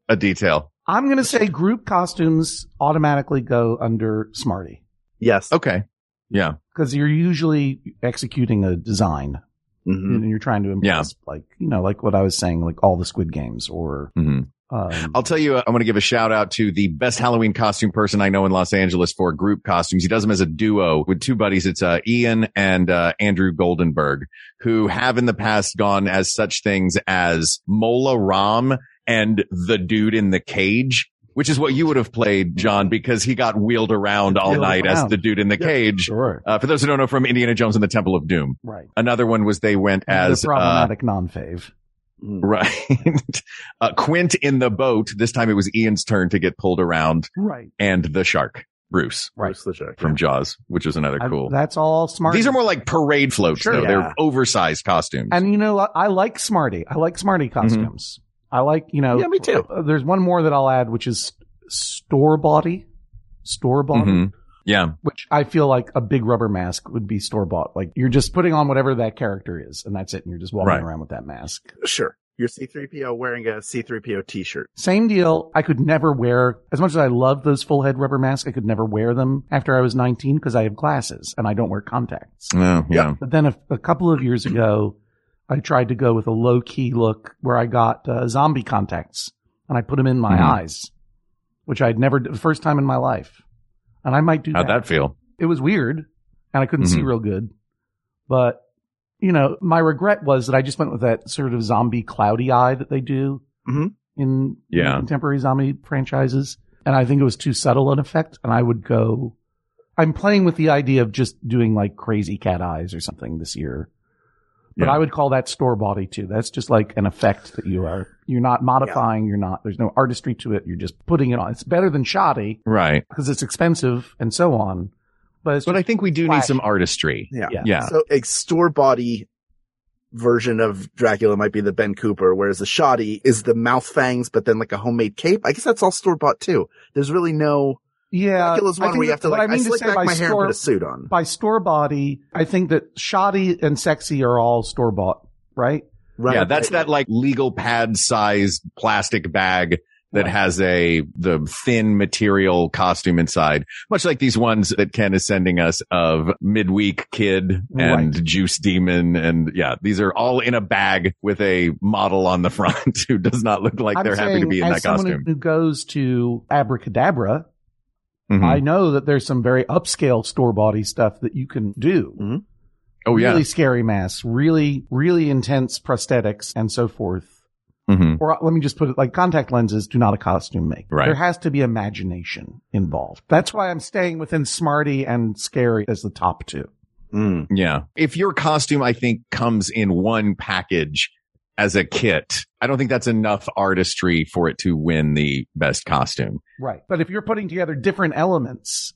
a detail.
I'm going to say group costumes automatically go under Smarty Oh,
Yes.
Okay. Yeah.
because you're usually executing a design
Mm.
Mhm.
and you're trying to impress, like, you know, like what I was saying, like all the Squid Games or,
Mm-hmm.
um,
I'll tell you, uh, I'm going to give a shout out to the best Halloween costume person I know in Los Angeles for group costumes. He does them as a duo with two buddies. It's uh, Ian and uh, Andrew Goldenberg, who have in the past gone as such things as Mola Ram and the dude in the cage. Which is what you would have played, John, because he got wheeled around all
Wheeled
night as
around.
the dude in the cage.
sure.
Uh, for those who don't know from Indiana Jones and the Temple of Doom.
Right.
Another one was they went as,
the
uh,
problematic non fave.
Right. [laughs] Uh, Quint in the boat. This time it was Ian's turn to get pulled around
Right.
and the shark, Bruce
Right.
Bruce the Shark.
from Jaws, which was another cool.
that's all Smarty.
These are more like parade floats
Sure,
though.
yeah.
They're oversized costumes.
and you know, I, I like Smarty. I like Smarty costumes. I like, you know,
Mm-hmm. Yeah, me too.
uh, There's one more that I'll add, which is store body, store body.
Mm-hmm.
Mhm. Yeah.
which I feel like a big rubber mask would be store bought. Like you're just putting on whatever that character is, and that's it. And you're just walking
Right.
around with that mask.
Sure. Your C3PO wearing a C3PO t-shirt.
Same deal. I could never wear, as much as I love those full head rubber masks, I could never wear them after I was 19 because I have glasses and I don't wear contacts.
Oh, yeah.
But then a, a couple of years ago, I tried to go with a low key look where I got uh, zombie contacts and I put them in my
Mhm.
eyes, which I'd never, the first time in my life. And I might do
How'd that feel?
it was weird and I couldn't see
Mhm.
real good. But, you know, my regret was that I just went with that sort of zombie cloudy eye that they do
Mhm.
in
Mm-hmm. Yeah.
contemporary zombie franchises. And I think it was too subtle an effect. And I would go, I'm playing with the idea of just doing like crazy cat eyes or something this year. But
Yeah.
I would call that store body too. That's just like an effect that you are, you're not modifying, you're not, there's no artistry to it. You're just putting it on. It's better than shoddy
Right.
because it's expensive and so on. But it's
But I think we do need
Flash.
some artistry.
Yeah.
Yeah.
Yeah.
So a store body version of Dracula might be the Ben Cooper, whereas the shoddy is the mouth fangs, but then like a homemade cape. I guess that's all store bought too. There's really no
Yeah,
Dracula's
Uh, I
one
think
where you
that-
have to
what
like I,
I mean to
slick
say
back
by
my hair and
store-
put a suit on.
by store body. I think that shoddy and sexy are all store bought, right?
Right.
Yeah, that's that like legal pad sized plastic bag that has a the thin material costume inside, much like these ones that Ken is sending us of midweek kid and juice demon, and yeah, these are all in a bag with a model on the front [laughs] who does not look like
I'm
they're happy to
saying,
be in
as
that
someone
costume.
Who goes to Abracadabra?
Mhm.
I know that there's some very upscale store body stuff that you can do.
Mm-hmm.
Oh, yeah.
really scary masks, really really intense prosthetics, and so forth.
Mhm.
Or let me just put it like contact lenses do not a costume make.
Right.
There has to be imagination involved. That's why I'm staying within smarty and scary as the top two.
Hmm.
Yeah. If your costume, I think, comes in one package as a kit, I don't think that's enough artistry for it to win the best costume.
Right. But if you're putting together different elements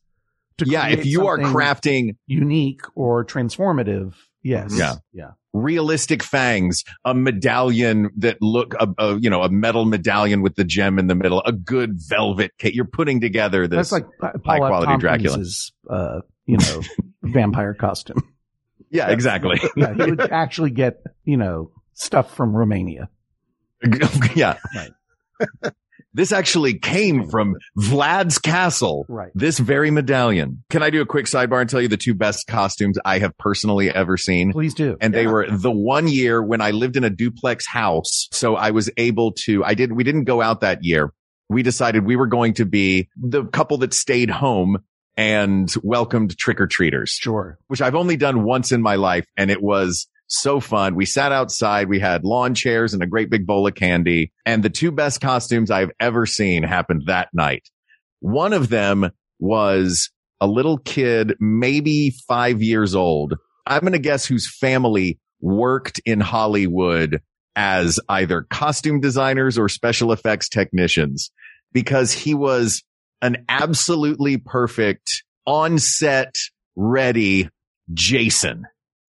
to
Yeah. If
create
you are
something
crafting
unique or transformative, yes.
Yeah.
Yeah.
realistic fangs, a medallion that look, a, a, you know, a metal medallion with the gem in the middle, a good velvet kit, you're putting together this
That's like uh,
high
Paul F.
quality Dracula.
Tompkins's, uh,
[laughs]
you know, vampire costume.
Yeah,
[laughs]
exactly. [laughs]
Yeah, he would actually get, you know, stuff from Romania.
yeah. this actually came from Vlad's castle.
Right.
This very medallion. Can I do a quick sidebar and tell you the two best costumes I have personally ever seen?
Please do.
And they were the one year when I lived in a duplex house. So I was able to, I didn't, we didn't go out that year. We decided we were going to be the couple that stayed home and welcomed trick or treaters
Sure.
which I've only done once in my life. And it was so fun. We sat outside. We had lawn chairs and a great big bowl of candy. And the two best costumes I've ever seen happened that night. One of them was a little kid, maybe five years old. I'm going to guess whose family worked in Hollywood as either costume designers or special effects technicians because he was an absolutely perfect on set ready Jason.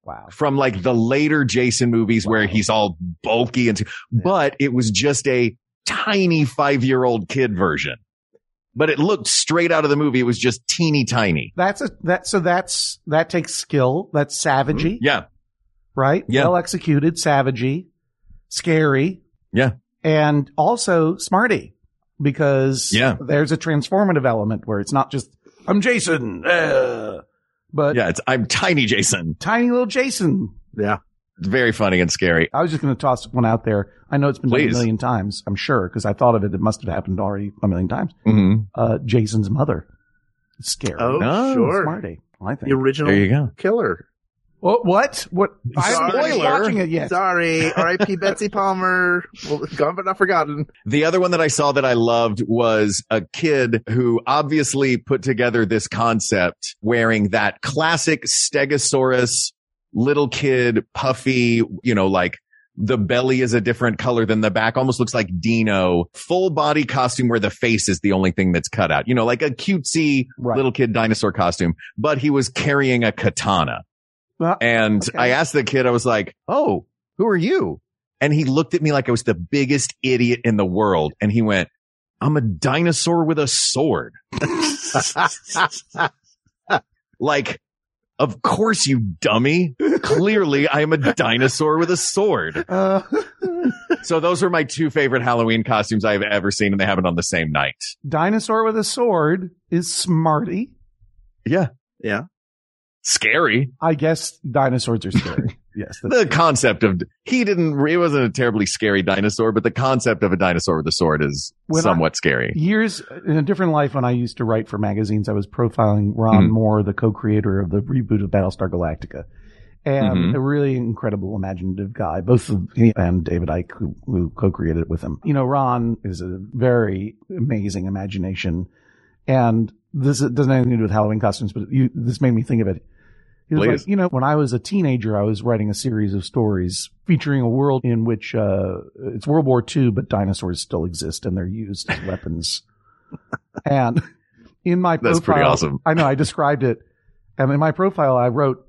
Wow.
From like the later Jason movies where he's all bulky and, but it was just a tiny five year old kid version, but it looked straight out of the movie. It was just teeny tiny.
That's a, that, so that's, that takes skill. That's savagery,
Yeah.
right?
Yeah.
Well executed, savagery, scary,
Yeah.
and also smarty because
Yeah.
there's a transformative element where it's not just, I'm Jason, uh, but
Yeah. It's, I'm tiny Jason.
tiny little Jason.
Yeah.
It's very funny and scary.
I was just going to toss one out there. I know it's been done
Please.
a million times, I'm sure, because I thought of it. It must have happened already a million times.
Mm-hmm.
Uh, Jason's mother. It's scary.
Oh,
No,
sure.
Smarty, I think.
The original
There you go.
killer.
What? What? what? I'm
Sorry.
watching it yet. [laughs]
Sorry. R.I.P. Betsy Palmer. Well, gone but not forgotten.
The other one that I saw that I loved was a kid who obviously put together this concept wearing that classic Stegosaurus little kid puffy, you know, like the belly is a different color than the back, almost looks like Dino, full body costume where the face is the only thing that's cut out, you know, like a cutesy
Right.
little kid dinosaur costume, but he was carrying a katana.
Well,
And
okay.
I asked the kid, I was like, Oh, who are you? And he looked at me like I was the biggest idiot in the world. And he went, I'm a dinosaur with a
[laughs]
sword. like, of course, you dummy. Clearly, I'm a dinosaur with a sword.
[laughs] Uh,
So those are my two favorite Halloween costumes I've ever seen. And they happened on the same night.
dinosaur with a sword is smarty.
Yeah.
Yeah.
Scary.
I guess dinosaurs are scary. [laughs] yes. that's-
The concept of he didn't, it wasn't a terribly scary dinosaur, but the concept of a dinosaur with a sword is
When I-
somewhat scary.
Years in a different life when I used to write for magazines, I was profiling Ron
Mhm.
Moore, the co-creator of the reboot of Battlestar Galactica.
Mhm.
And a really incredible, imaginative guy, both of he and David Icke, who, who co-created it with him. You know, Ron is a very amazing imagination. And this doesn't have anything to do with Halloween costumes, but you, this made me think of it. He was
Please.
like, you know, when I was a teenager, I was writing a series of stories featuring a world in which uh, it's World War II, but dinosaurs still exist and they're used
[laughs]
as weapons. and in my profile,
That's pretty awesome.
I know I described it, and in my profile, I wrote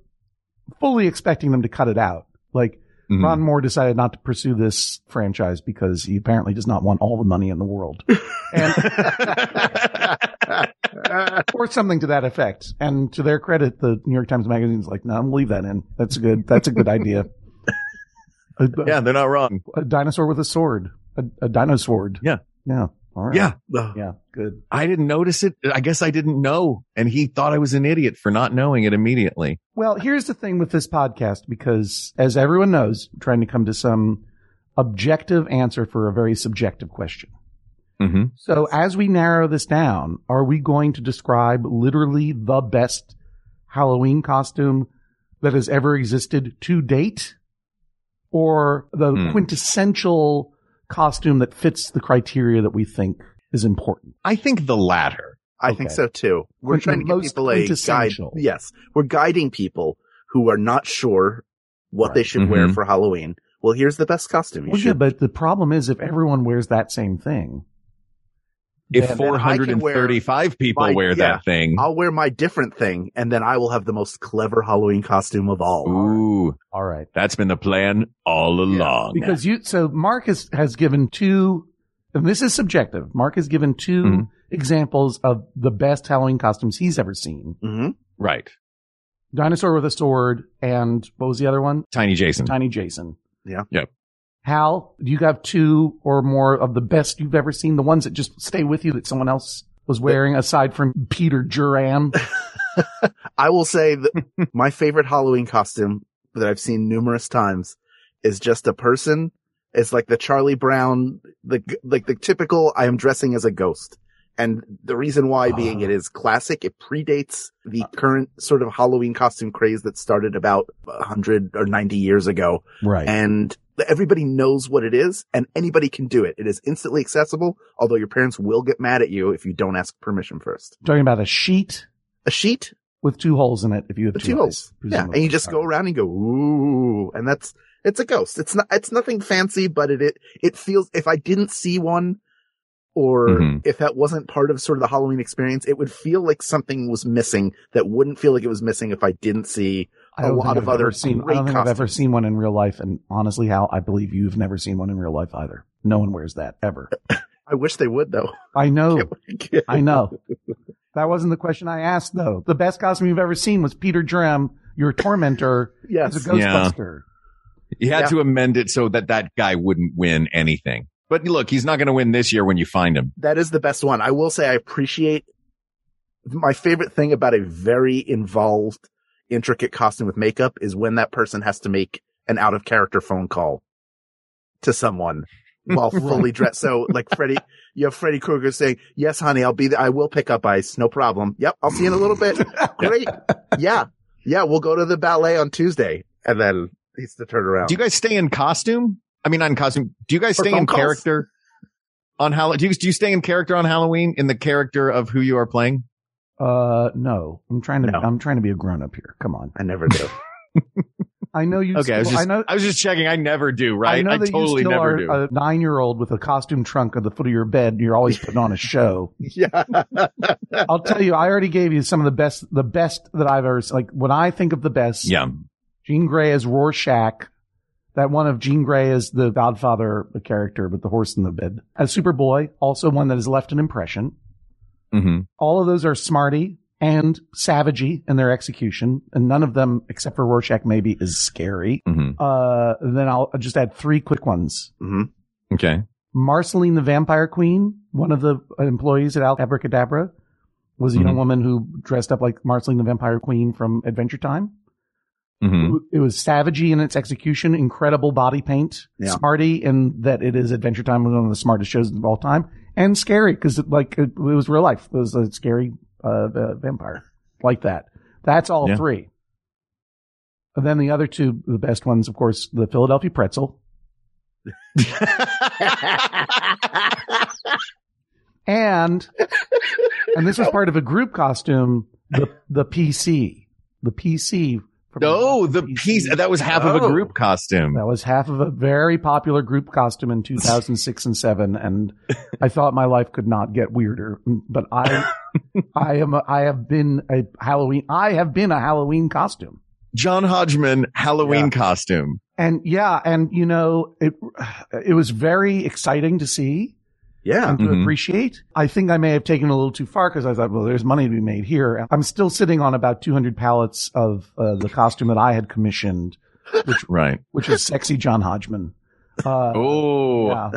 fully expecting them to cut it out. Like
Mhm.
Ron Moore decided not to pursue this franchise because he apparently does not want all the money in
[laughs]
the world, and or something to that effect. And to
[laughs]
their credit, the New York Times magazine's like, no, I'm gonna leave that in. That's a good. That's a good idea.
yeah, they're not wrong.
A dinosaur with a sword. A, a dinosaur.
Yeah.
Yeah. All right.
Yeah.
Yeah. Good.
I didn't notice it. I guess I didn't know. And he thought I was an idiot for not knowing it immediately.
Well, here's the thing with this podcast because, as everyone knows, I'm trying to come to some objective answer for a very subjective question.
Mm-hmm.
So, as we narrow this down, are we going to describe literally the best Halloween costume that has ever existed to date? Or the
Hmm.
quintessential costume that fits the criteria that we think is important?
I think the latter.
I think
Okay.
so too. We're
Like the
trying to give
most
people a guide.
quintessential.
Yes. We're guiding people who are not sure what they should wear
Mhm.
for Halloween. Well, here's the best costume you
Well, yeah,
should.
but the problem is if everyone wears that same thing,
If
Yeah, then I can wear
435 people
my-
wear
yeah.
that thing.
I'll wear my different thing and then I will have the most clever Halloween costume of all.
Ooh,
all right.
that's been the plan all along.
Because you, so Mark has, has given two, and this is subjective. Mark has given 2
Mhm.
examples of the best Halloween costumes he's ever seen.
hmm
right.
Dinosaur with a sword and what was the other one?
Tiny Jason.
Tiny Jason.
Yeah.
Yep.
Hal, do you have two or more of the best you've ever seen? The ones that just stay with you that someone else was wearing aside from Peter
[laughs]
Duran?
I will say that my favorite Halloween costume that I've seen numerous times is just a person. It's like the Charlie Brown, the g- like the typical I am dressing as a ghost. And the reason why being it is classic, it predates the current sort of Halloween costume craze that started about 100 or 90 years ago
Right.
and everybody knows what it is and anybody can do it. It is instantly accessible, although your parents will get mad at you if you don't ask permission first.
talking about a sheet
A sheet,
with two holes in it if you have
the
two,
two holes.
eyes,
Yeah.
presumably.
And you just go
All right.
around and go, ooh, and that's, it's a ghost. It's not, it's nothing fancy, but it, it, it feels, if I didn't see one or
Mm-hmm.
Mhm.
if that wasn't part of sort of the Halloween experience, it would feel like something was missing that wouldn't feel like it was missing if I didn't see
I
a
don't
lot
think
of
I've
other
ever seen, I
great
don't think I've ever
costumes.
seen one in real life. And honestly, Hal, I believe you've never seen one in real life either. No one wears that
[laughs]
ever.
I wish they would though. [laughs]
I know. Oh, I know. [laughs] That wasn't the question I asked though. The best costume you've ever seen was Peter Drem, your tormentor,
yes.
as a
Yeah.
Ghostbuster.
He had
Yeah.
to amend it so that that guy wouldn't win anything. But look, he's not going to win this year when you find him.
that is the best one. I will say I appreciate my favorite thing about a very involved, intricate costume with makeup is when that person has to make an out of character phone call to someone while fully dressed. So like Freddy, you have Freddy Krueger saying, yes, honey, I'll be there. I will pick up ice. No problem. Yep. I'll see you in a little bit. Great. Yeah. Yeah. We'll go to the ballet on Tuesday. And then he's the turnaround.
Do you guys stay in costume? I mean, not in costume. Do you guys
For
stay
phone
in
calls?
character on Halloween? Do you, do you stay in character on Halloween in the character of who you are playing?
Uh, no, I'm trying to,
No.
I'm trying to be a grown up here. Come on.
I never do. [laughs]
I know you,
Okay, I was
still-
just I,
know,
was just checking. I never do, right?
I know that
totally
you still
never
are
do.
a nine year old with a costume trunk at the foot of your bed. And you're always putting on
[laughs]
a show.
yeah.
I'll tell you, I already gave you some of the best, the best that I've ever seen. Like when I think of the best,
yeah,
Jean Grey as Rorschach. That one of Jean Grey as the Godfather character with the horse in the bed. As Superboy, also one that has left an impression.
hmm
All of those are smarty and savagey in their execution, and none of them, except for Rorschach, maybe is scary.
hmm
Uh, then I'll just add three quick ones.
okay.
Marceline the Vampire Queen, one of the employees at Al Abracadabra, was a young
Mhm.
woman who dressed up like Marceline the Vampire Queen from Adventure Time.
hmm
It was savagey in its execution, incredible body paint,
Yeah.
smarty in that it is Adventure Time was one of the smartest shows of all time, and scary because it, like it, it was real life. It was a scary uh, uh, vampire like that. That's all
Yeah.
three. And then the other two, the best ones, of course, the Philadelphia Pretzel
[laughs]
and and this was part of a group costume. The the PC, the PC. from-
Oh, the piece that was half of a
Oh.
group costume.
That was half of a very popular group costume in 2006 and 7 and I thought my life could not get weirder but I I am a, I have been a Halloween I have been a Halloween costume.
John Hodgman Halloween costume.
And yeah, and you know it it was very exciting to see
yeah.
and to
Mhm.
appreciate. I think I may have taken it a little too far because I thought, well, there's money to be made here. I'm still sitting on about 200 pallets of uh, the costume that I had commissioned which
right,
which is sexy John Hodgman. Uh,
oh,
yeah.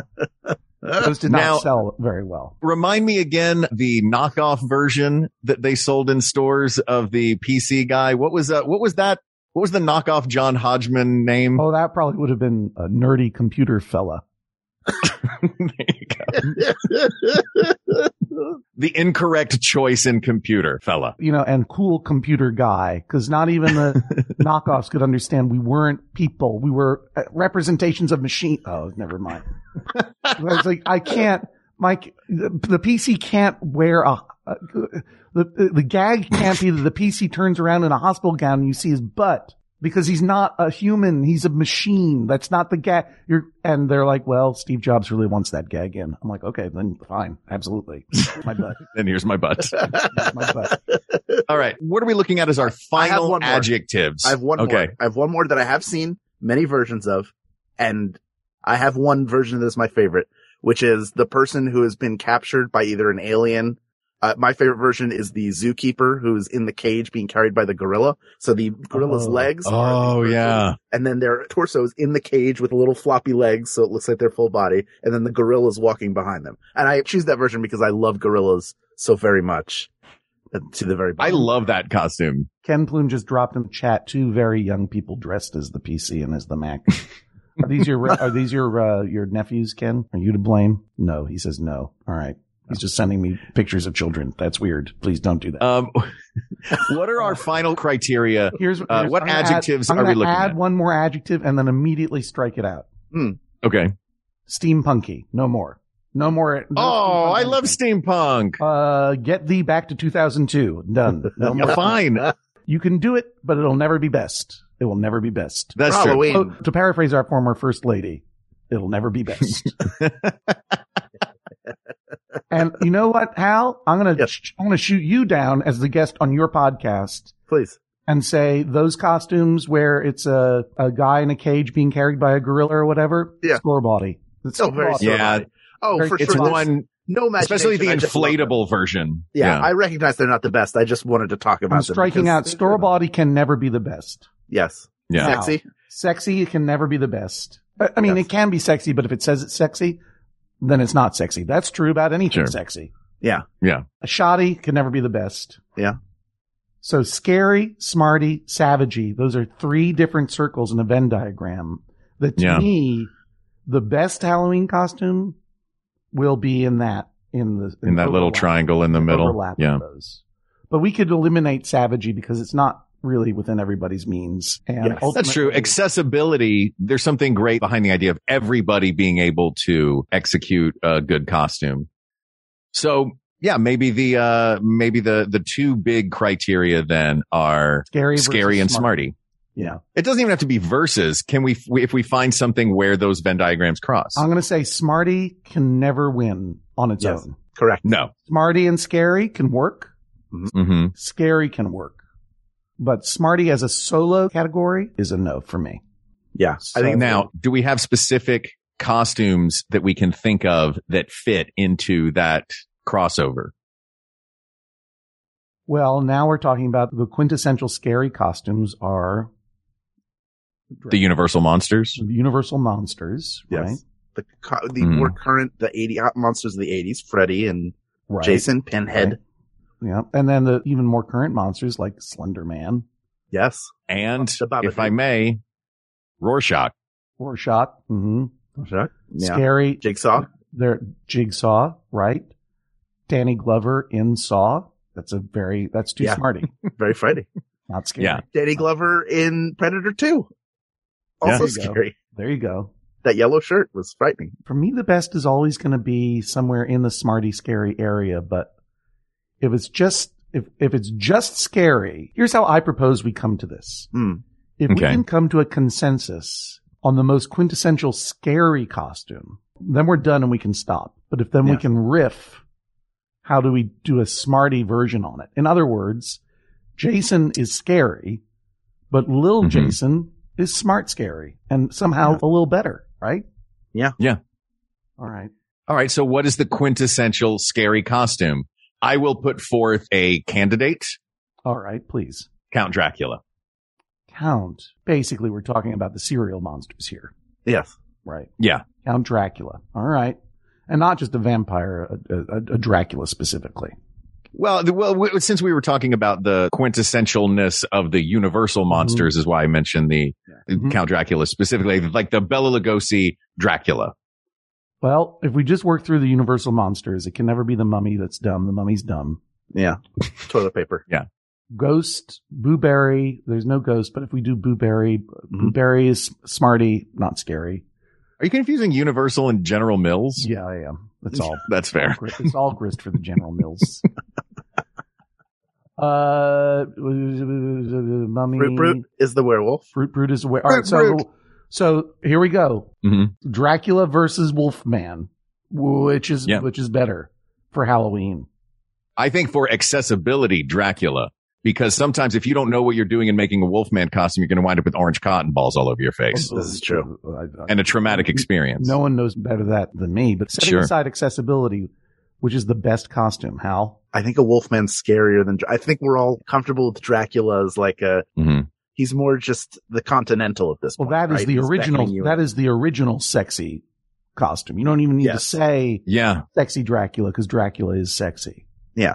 Those did not
Now-
sell very well.
Remind me again the knockoff version that they sold in stores of the PC guy. What was uh, what was that? What was the knockoff John Hodgman name? [laughs]
Oh, that probably would have been a nerdy computer fella.
The incorrect choice in computer, fella.
you know, and cool computer guy, because not even the knockoffs could understand we weren't people. We were uh, representations of machine. Oh, never mind. I was like, I can't, Mike, the, the PC can't wear a, a- the, the gag can't be that the PC turns around in a hospital gown and you see his butt because he's not a human. He's a machine. That's not the gag. You're, and they're like, well, Steve Jobs really wants that gag in. I'm like, okay, then fine. Absolutely. My butt.
And here's my
[laughs]
butt.
My butt.
All right. What are we looking at as our
I have
final
one more.
adjectives?
I have one
Okay.
more. I have one more that I have seen many versions of, and I have one version that is my favorite, which is the person who has been captured by either an alien. Uh, my favorite version is the zookeeper who's in the cage being carried by the gorilla. So the gorilla's
Oh.
legs, are,
Oh, yeah.
and then their torso is in the cage with little floppy legs, so it looks like their full body, and then the gorilla's walking behind them. And I choose that version because I love gorillas so very much. uh, To the very
I
bottom.
love that costume.
Ken Plume just dropped in the chat two very young people dressed as the PC and as
[laughs]
the Mac. Are these your are these your uh, your nephews, Ken? Are you to blame? No, he says no. All right, he's just sending me pictures of children. That's weird. Please don't do that.
Um, [laughs] what
[laughs]
are our final criteria?
here's,
uh, what
I'm gonna add-
adjectives
I'm
are we
gonna
looking
add
at?
one more adjective and then immediately strike it out.
Okay.
Steampunky, no more, no more. no
Oh,
steampunk
I love
anything.
steampunk.
Uh, get thee back to 2002. Done.
[laughs]
No more.
Fine.
You can do it, but it'll never be best. It will never be best.
That's true.
Halloween.
Oh, to paraphrase our former first lady, it'll never
[laughs]
be best. and you know what, Hal? I'm gonna
Yes.
I'm gonna shoot you down as the guest on your podcast
Please.
and say those costumes where it's a, a guy in a cage being carried by a gorilla or whatever.
Yeah.
score body. It's
Oh, very
scorebody.
so
Yeah.
am I. Oh,
Very-
for
It's
sure. there's
one,
No imagination.
especially the
I just love them.
inflatable version.
Yeah, I recognize they're not the best. I just wanted to talk about
I'm
them
striking
because-
out. Store body can never be the best.
Yes.
Yeah.
Now,
Sexy.
Sexy it can never be the best. I I mean,
Yes.
it can be sexy, but if it says it's sexy, then it's not sexy. That's true about anything
Sure.
sexy.
Yeah.
Yeah.
A shoddy can never be the best.
Yeah.
So scary, smarty, savagey, those are three different circles in a Venn diagram that to
Yeah.
me, the best Halloween costume will be in that, in the,
in that little
overlap-
triangle in the middle.
overlap
Yeah.
of those. But we could eliminate savagey because it's not really within everybody's means. And
Yes.
That's true.
ultimately-
Accessibility. There's something great behind the idea of everybody being able to execute a good costume. So yeah, maybe the, uh, maybe the, the two big criteria then are
scary,
scary
versus
and
smart.
smarty.
Yeah.
It doesn't even have to be verses. Can we, we- if we find something where those Venn diagrams cross?
Um,
I'm going to say smarty can never win on its
Yes.
own.
Correct.
no.
Smarty and scary can work.
hmm
Scary can work. But smarty as a solo category is a no for me.
Yeah. I think
Now, do we have specific costumes that we can think of that fit into that crossover?
Well, now we're talking about the quintessential scary costumes are
The Universal Monsters?
universal monsters,
Yes.
right?
the, co- the
Mm.
more current, the 80 uh, monsters of the 80s, Freddy and
Right.
Jason, Pinhead.
Right. Yeah. And then the even more current monsters like Slender Man,
Yes.
And
The Babadook.
if I may, Rorschach.
Rorschach, mm-hmm.
Yeah.
Scary,
Jigsaw.
their jigsaw, right? Danny Glover in Saw. That's a very that's too
Yeah.
smarty.
Very
[laughs]
Freddy.
Not scary.
Yeah.
Danny Glover in Predator 2.
Yeah.
Also
There you go.
scary.
There you go.
That yellow shirt was frightening.
For me, the best is always going to be somewhere in the smarty scary area. But if it's just if if it's just scary, here's how I propose we come to this.
Hmm.
If we
Okay.
can come to a consensus on the most quintessential scary costume, then we're done and we can stop. But if then we
Yeah.
can riff, how do we do a smarty version on it? In other words, Jason is scary, but little
Mhm.
Jason is smart scary and somehow a little better, right?
Yeah.
Yeah.
All right.
All right. So what is the quintessential scary costume? I will put forth a candidate,
All right, please.
Count Dracula.
Count. Basically, we're talking about the serial monsters here.
Yes.
Right.
Yeah.
Count Dracula. All right. And not just a vampire, a, a, a Dracula specifically.
Well, the, well, w- since we were talking about the quintessentialness of the Universal monsters, is why I mentioned the Count Dracula specifically, like the Bela Lugosi Dracula.
Well, if we just work through the universal monsters, it can never be the mummy that's dumb. The mummy's dumb.
Yeah. Toilet paper.
Yeah.
Ghost, Booberry. There's no ghost, but if we do Booberry, Booberry is smarty, not scary.
Are you confusing Universal and General Mills?
Yeah, I am. That's [laughs] all.
[laughs] That's fair.
Grist- It's all grist for the General [laughs] Mills. uh, mummy.
Brute Brute is the werewolf.
Brute Brute Mm-hmm. is aware. All
Brute
right, so
Brute.
so here we go.
Mhm.
Dracula versus Wolfman, which is
Yeah.
which is better for Halloween?
I think for accessibility, Dracula, because sometimes if you don't know what you're doing in making a Wolfman costume, you're going to wind up with orange cotton balls all over your face
This is true.
Uh, I- I-
and a traumatic experience.
no one knows better that than me. But setting
Sure.
aside accessibility, which is the best costume, Hal.
I think a wolfman's scarier than, Dra- I think we're all comfortable with Dracula as like a,
Mhm.
he's more just the continental at this
Well,
point.
that is
right?
the
He's
original.
beckoning you
That is the original sexy costume. You don't even need to
Yes.
say
Yeah.
sexy Dracula because Dracula is sexy.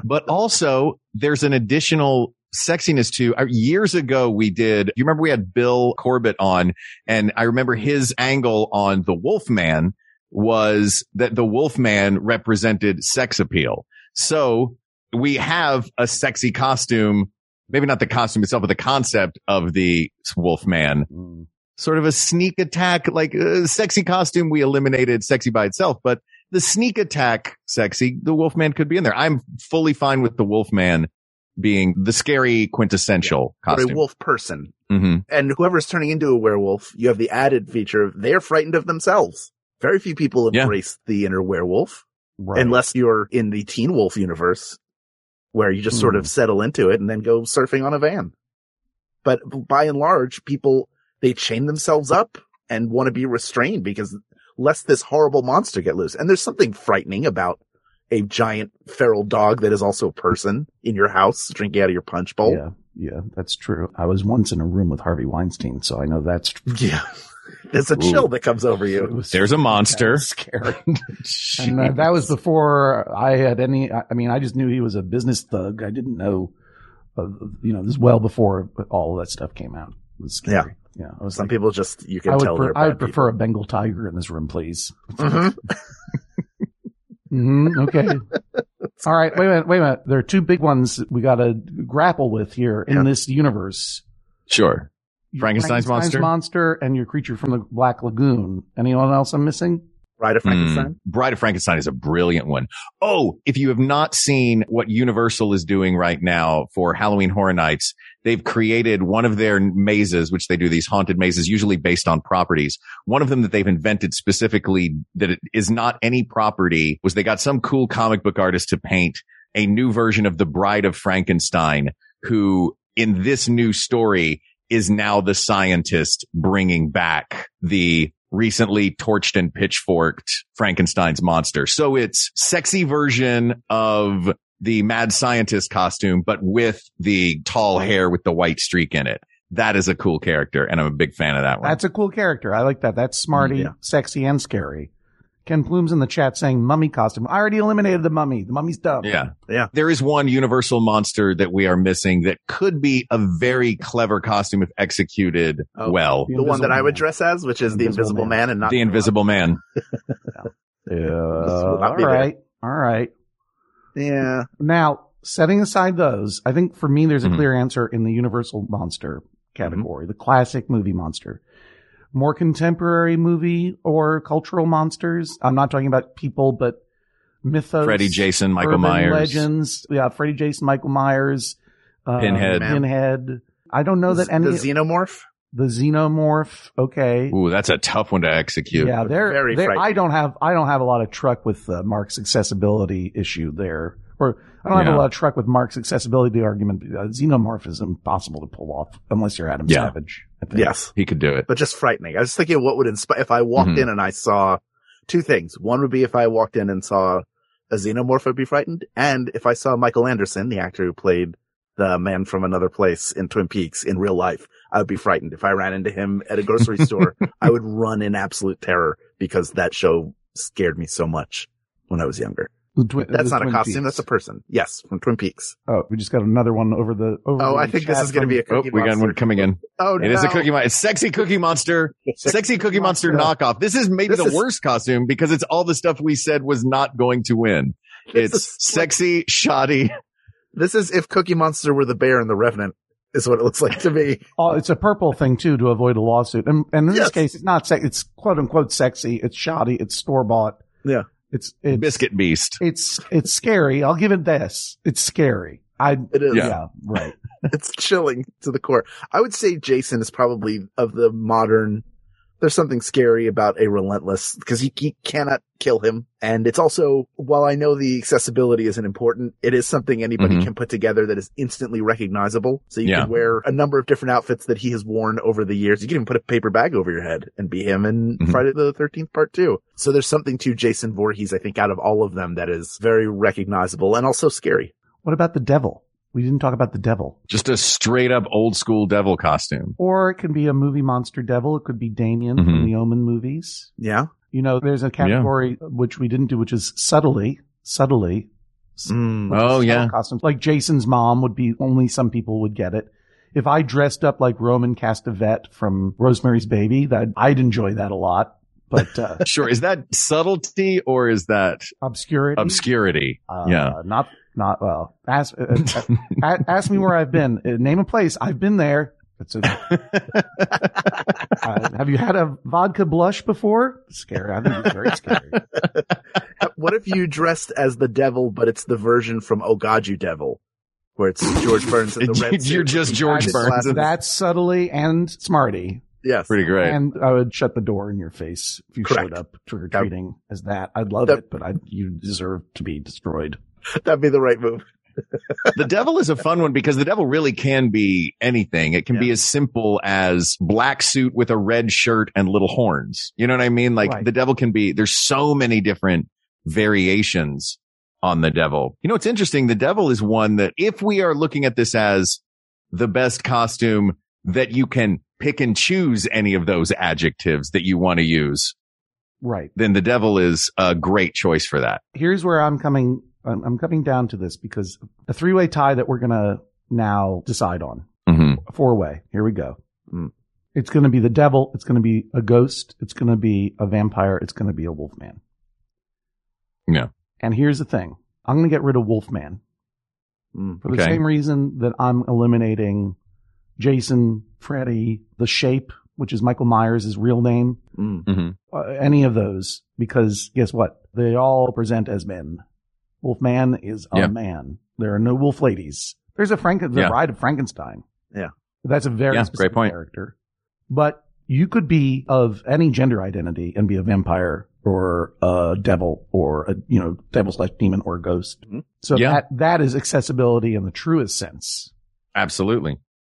But also there's an additional sexiness to uh, years ago we did you remember we had bill corbett on and i remember his angle on the wolfman was that the wolfman represented sex appeal so we have a sexy costume maybe not the costume itself but the concept of the wolfman
Mm.
sort of a sneak attack like uh, sexy costume we eliminated sexy by itself but the sneak attack sexy, the Wolfman could be in there. I'm fully fine with the Wolfman being the scary quintessential
Or
costume.
a wolf person.
hmm
And whoever's turning into a werewolf, you have the added feature of they're frightened of themselves. Very few people
Yeah.
embrace the inner werewolf
Right.
unless you're in the teen wolf universe where you just sort of settle into it and then go surfing on a van. But by and large, people, they chain themselves up and want to be restrained because lest this horrible monster get loose. And there's something frightening about a giant feral dog that is also a person in your house drinking out of your punch bowl.
Yeah, yeah, that's true. I was once in a room with Harvey Weinstein, so I know that's true.
[laughs] Yeah. There's a chill that comes over
It
you.
was
There's a monster.
scary. and uh, that was before I had any. I I mean, I just knew he was a business thug. I didn't know, uh, you know, this is well before all of that stuff came out. It was scary. Yeah, I was
Some
like,
people just, you
I
can
would,
tell
pre-
they're
I
bad
would prefer a Bengal tiger in this room, please.
people.
Mm-hmm.
Mhm.
hmm [laughs] okay. All right. Wait a minute. Wait a minute. There are two big ones that we got to grapple with here in
Yeah.
this universe.
Sure.
Your
Frankenstein's monster?
monster, and your creature from the Black Lagoon. Anyone else I'm missing?
Bride of Frankenstein.
Mm. Bride of Frankenstein is a brilliant one. Oh, if you have not seen what Universal is doing right now for Halloween Horror Nights, they've created one of their mazes, which they do these haunted mazes, usually based on properties. One of them that they've invented specifically that it is not any property was they got some cool comic book artist to paint a new version of the Bride of Frankenstein, who in this new story is now the scientist bringing back the recently torched and pitchforked Frankenstein's monster. So it's sexy version of the mad scientist costume, but with the tall hair with the white streak in it. That is a cool character. And I'm a big fan of that one.
That's a cool character. I like that. That's smarty,
Yeah.
sexy, and scary. Ken Plume's in the chat saying mummy costume. I already eliminated the mummy. The mummy's dumb.
yeah.
Yeah.
There is one universal monster that we are missing that could be a very clever costume if executed
Oh.
well.
The
The one that I would
Invisible
dress as, which is the
Invisible
Invisible
Man.
Man, and not
the Invisible Man.
Yeah.
will not
all
be there.
right. All right.
Yeah,
Now, setting aside those, I think for me, there's a
Mhm.
clear answer in the universal monster category,
Mm-hmm.
the classic movie monster. More contemporary movie or cultural monsters. I'm not talking about people, but mythos.
Freddy, Jason, Michael
urban
Myers.
legends. Yeah, Freddy, Jason, Michael Myers, uh,
Pinhead.
Pinhead. I don't know that
The-
any
the xenomorph.
the xenomorph. Okay,
Ooh, that's a tough one to execute.
yeah, they're,
Very
they're- I
frightening.
don't have I don't have a lot of truck with uh, Mark's accessibility issue there, or I don't have
Yeah.
a lot of truck with Mark's accessibility argument. Uh, xenomorph is impossible to pull off unless you're Adam
Yeah.
Savage. I think.
Yes,
He could do it.
but just frightening. I was thinking, what would inspire if I walked
Mhm.
in and I saw two things. One would be if I walked in and saw a xenomorph, I'd be frightened, and if I saw Michael Anderson, the actor who played the man from another place in Twin Peaks in real life, I would be frightened. If I ran into him at a
[laughs]
grocery store, I would run in absolute terror because that show scared me so much when I was younger.
The Twi-
That's
the
not a
Twin
costume.
Peaks.
That's a person. Yes, from Twin Peaks.
Oh, we just got another one over the over.
Oh,
the
I think this
chat
is going to
from-
be a
Oh,
cookie
we got
monster.
one coming in.
Oh,
It is a
no.
cookie monster. It's sexy cookie monster. Sexy cookie monster
Monster.
knockoff. This is maybe
This
the
is-
worst costume because it's all the stuff we said was not going to win.
This
It's sexy, shoddy.
This is if Cookie Monster were the bear in The Revenant, is what it looks like to me.
Oh, it's a purple thing too to avoid a lawsuit. And, and in
Yes.
this case, it's not sex. It's quote unquote sexy. It's shoddy. It's store bought.
Yeah.
It's it's
Biscuit beast.
it's it's scary. I'll give it this. It's scary. I
It is.
yeah,
Yeah.
right.
it's chilling to the core. I would say Jason is probably of the modern. There's something scary about a relentless because you, you cannot kill him. And it's also, while I know the accessibility isn't important, it is something anybody
Mhm.
can put together that is instantly recognizable. So you
Yeah.
can wear a number of different outfits that he has worn over the years. You can even put a paper bag over your head and be him in
Mhm.
Friday the 13th part two. So there's something to Jason Voorhees, I think, out of all of them that is very recognizable and also scary.
What about the devil? We didn't talk about the devil.
Just a straight up old school devil costume.
Or it can be a movie monster devil. It could be Damien from
Mhm.
the Omen movies.
Yeah.
You know, there's a category which we didn't do, which is subtly, subtly
Mm.
Oh,
style
yeah.
costumes. Like Jason's mom would be only some people would get it. If I dressed up like Roman Castavet from Rosemary's Baby, that I'd enjoy that a lot. But uh, [laughs]
Sure. Is that subtlety or is that
obscurity,
obscurity?
uh,
yeah.
not not well. Ask uh, uh, a- ask me where I've been. Uh, name a place. I've been there. That's a,
[laughs]
uh, have you had a vodka blush before? Scary. I think it's very scary.
what if you dressed as the devil, but it's the version from Oh God, You Devil, where it's George
[laughs]
Burns in the red
You're
suit.
just [laughs] George
That's-
Burns. and-
That's subtly and smarty.
yes.
Pretty great.
And I would shut the door in your face if you showed
Correct.
up trick or treating as that. I'd love
That-
it, but I you deserve to be destroyed.
That'd be the right move.
the devil is a fun one because the devil really can be anything. It can be
Yeah.
as simple as black suit with a red shirt and little horns. You know what I mean? Like
Right.
the devil can be, there's so many different variations on the devil. You know, it's interesting. The devil is one that if we are looking at this as the best costume that you can pick and choose any of those adjectives that you want to use,
Right.
then the devil is a great choice for that.
Here's where I'm coming. I'm, I'm coming down to this because a three way tie that we're gonna now decide on.
Mm-hmm.
A four way. Here we go.
Mm.
It's gonna be the devil. It's gonna be a ghost. It's gonna be a vampire. It's gonna be a wolfman.
Yeah.
And here's the thing. I'm gonna get rid of wolfman.
Mm.
for the
Okay.
same reason that I'm eliminating Jason, Freddy, the Shape, which is Michael Myers' his real name,
Mm.
uh, any of those, because guess what? They all present as men. Wolfman is a
Yeah.
man. There are no wolf ladies. There's a Frank, the
Yeah.
Bride of Frankenstein.
Yeah.
that's a very
Yeah, great
specific
point.
character. But you could be of any gender identity and be a vampire or a devil or a you know devil slash demon or a ghost.
Mhm.
So
Yeah.
that that is accessibility in the truest sense.
Absolutely.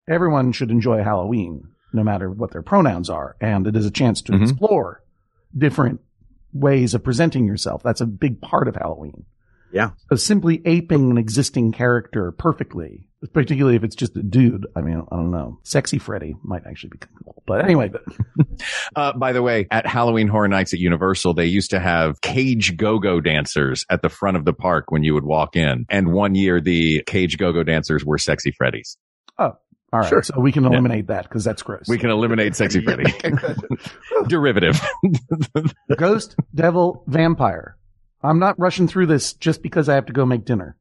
Everyone should enjoy Halloween, no matter what their pronouns are, and it is a chance to
Mm-hmm.
Mhm.
explore different ways of presenting yourself. That's a big part of Halloween.
Yeah.
So simply aping an existing character perfectly, particularly if it's just a dude. I mean, I don't know. Sexy Freddy might actually be cool, but anyway, but
Uh, by the way, at Halloween Horror Nights at Universal, they used to have cage go-go dancers at the front of the park when you would walk in. And one year, the cage go-go dancers were sexy Freddy's.
all right.
Sure.
So we can eliminate that because that's gross.
We can eliminate sexy
[laughs]
Freddy. Derivative. [laughs]
Ghost, devil, vampire. I'm not rushing through this just because I have to go make dinner.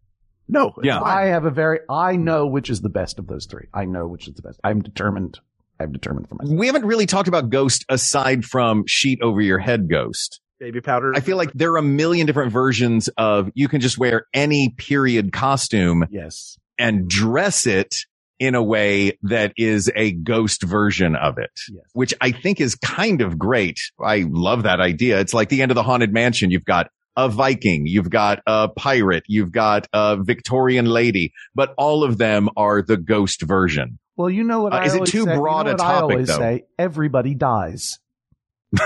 No. it's
Yeah.
I
fine.
have a very, I know which is the best of those three. I know which is the best. I'm determined. I'm determined
[laughs]
for myself.
we haven't really talked about ghost aside from sheet over your head ghost.
Baby powder.
I feel like there are a million different versions of you can just wear any period costume
Yes.
and dress it in a way that is a ghost version of it.
Yes.
which I think is kind of great. I love that idea. It's like the end of the haunted mansion. You've got a Viking, you've got a pirate, you've got a Victorian lady, but all of them are the ghost version.
Well, you know what
Uh,
I
is it
always
too
say- you
broad
know
a
what I
topic,
always
though?
say everybody dies.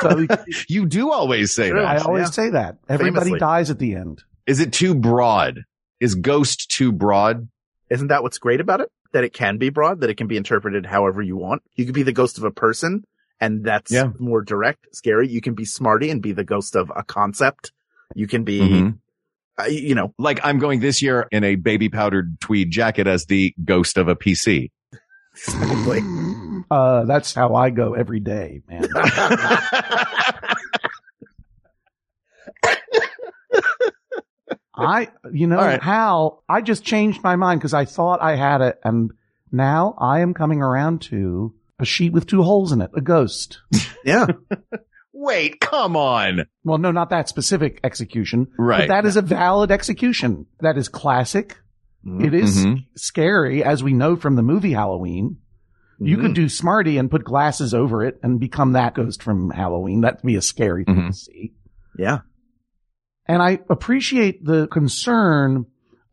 So
You do always say
True.
that.
I always
Yeah.
say that everybody
Famously.
dies at the end.
Is it too broad? Is ghost too broad?
Isn't that what's great about it? that it can be broad, that it can be interpreted however you want. You could be the ghost of a person and that's
Yeah.
more direct, scary. You can be smarty and be the ghost of a concept. You can be,
Mhm.
uh, you know, [laughs]
Like I'm going this year in a baby powdered tweed jacket as the ghost of a PC. [laughs]
[laughs]
Uh, that's how I go every day, man. I, you know, Hal, I just changed my mind because I thought I had it, and now I am coming around to a sheet with two holes in it, a ghost.
Yeah.
Wait, come on.
Well, no, not that specific execution.
Right.
But that is a valid execution. That is classic. It is
Mhm.
scary, as we know from the movie Halloween. You could do Smarty and put glasses over it and become that ghost from Halloween. That'd be a scary thing to see.
Yeah.
And I appreciate the concern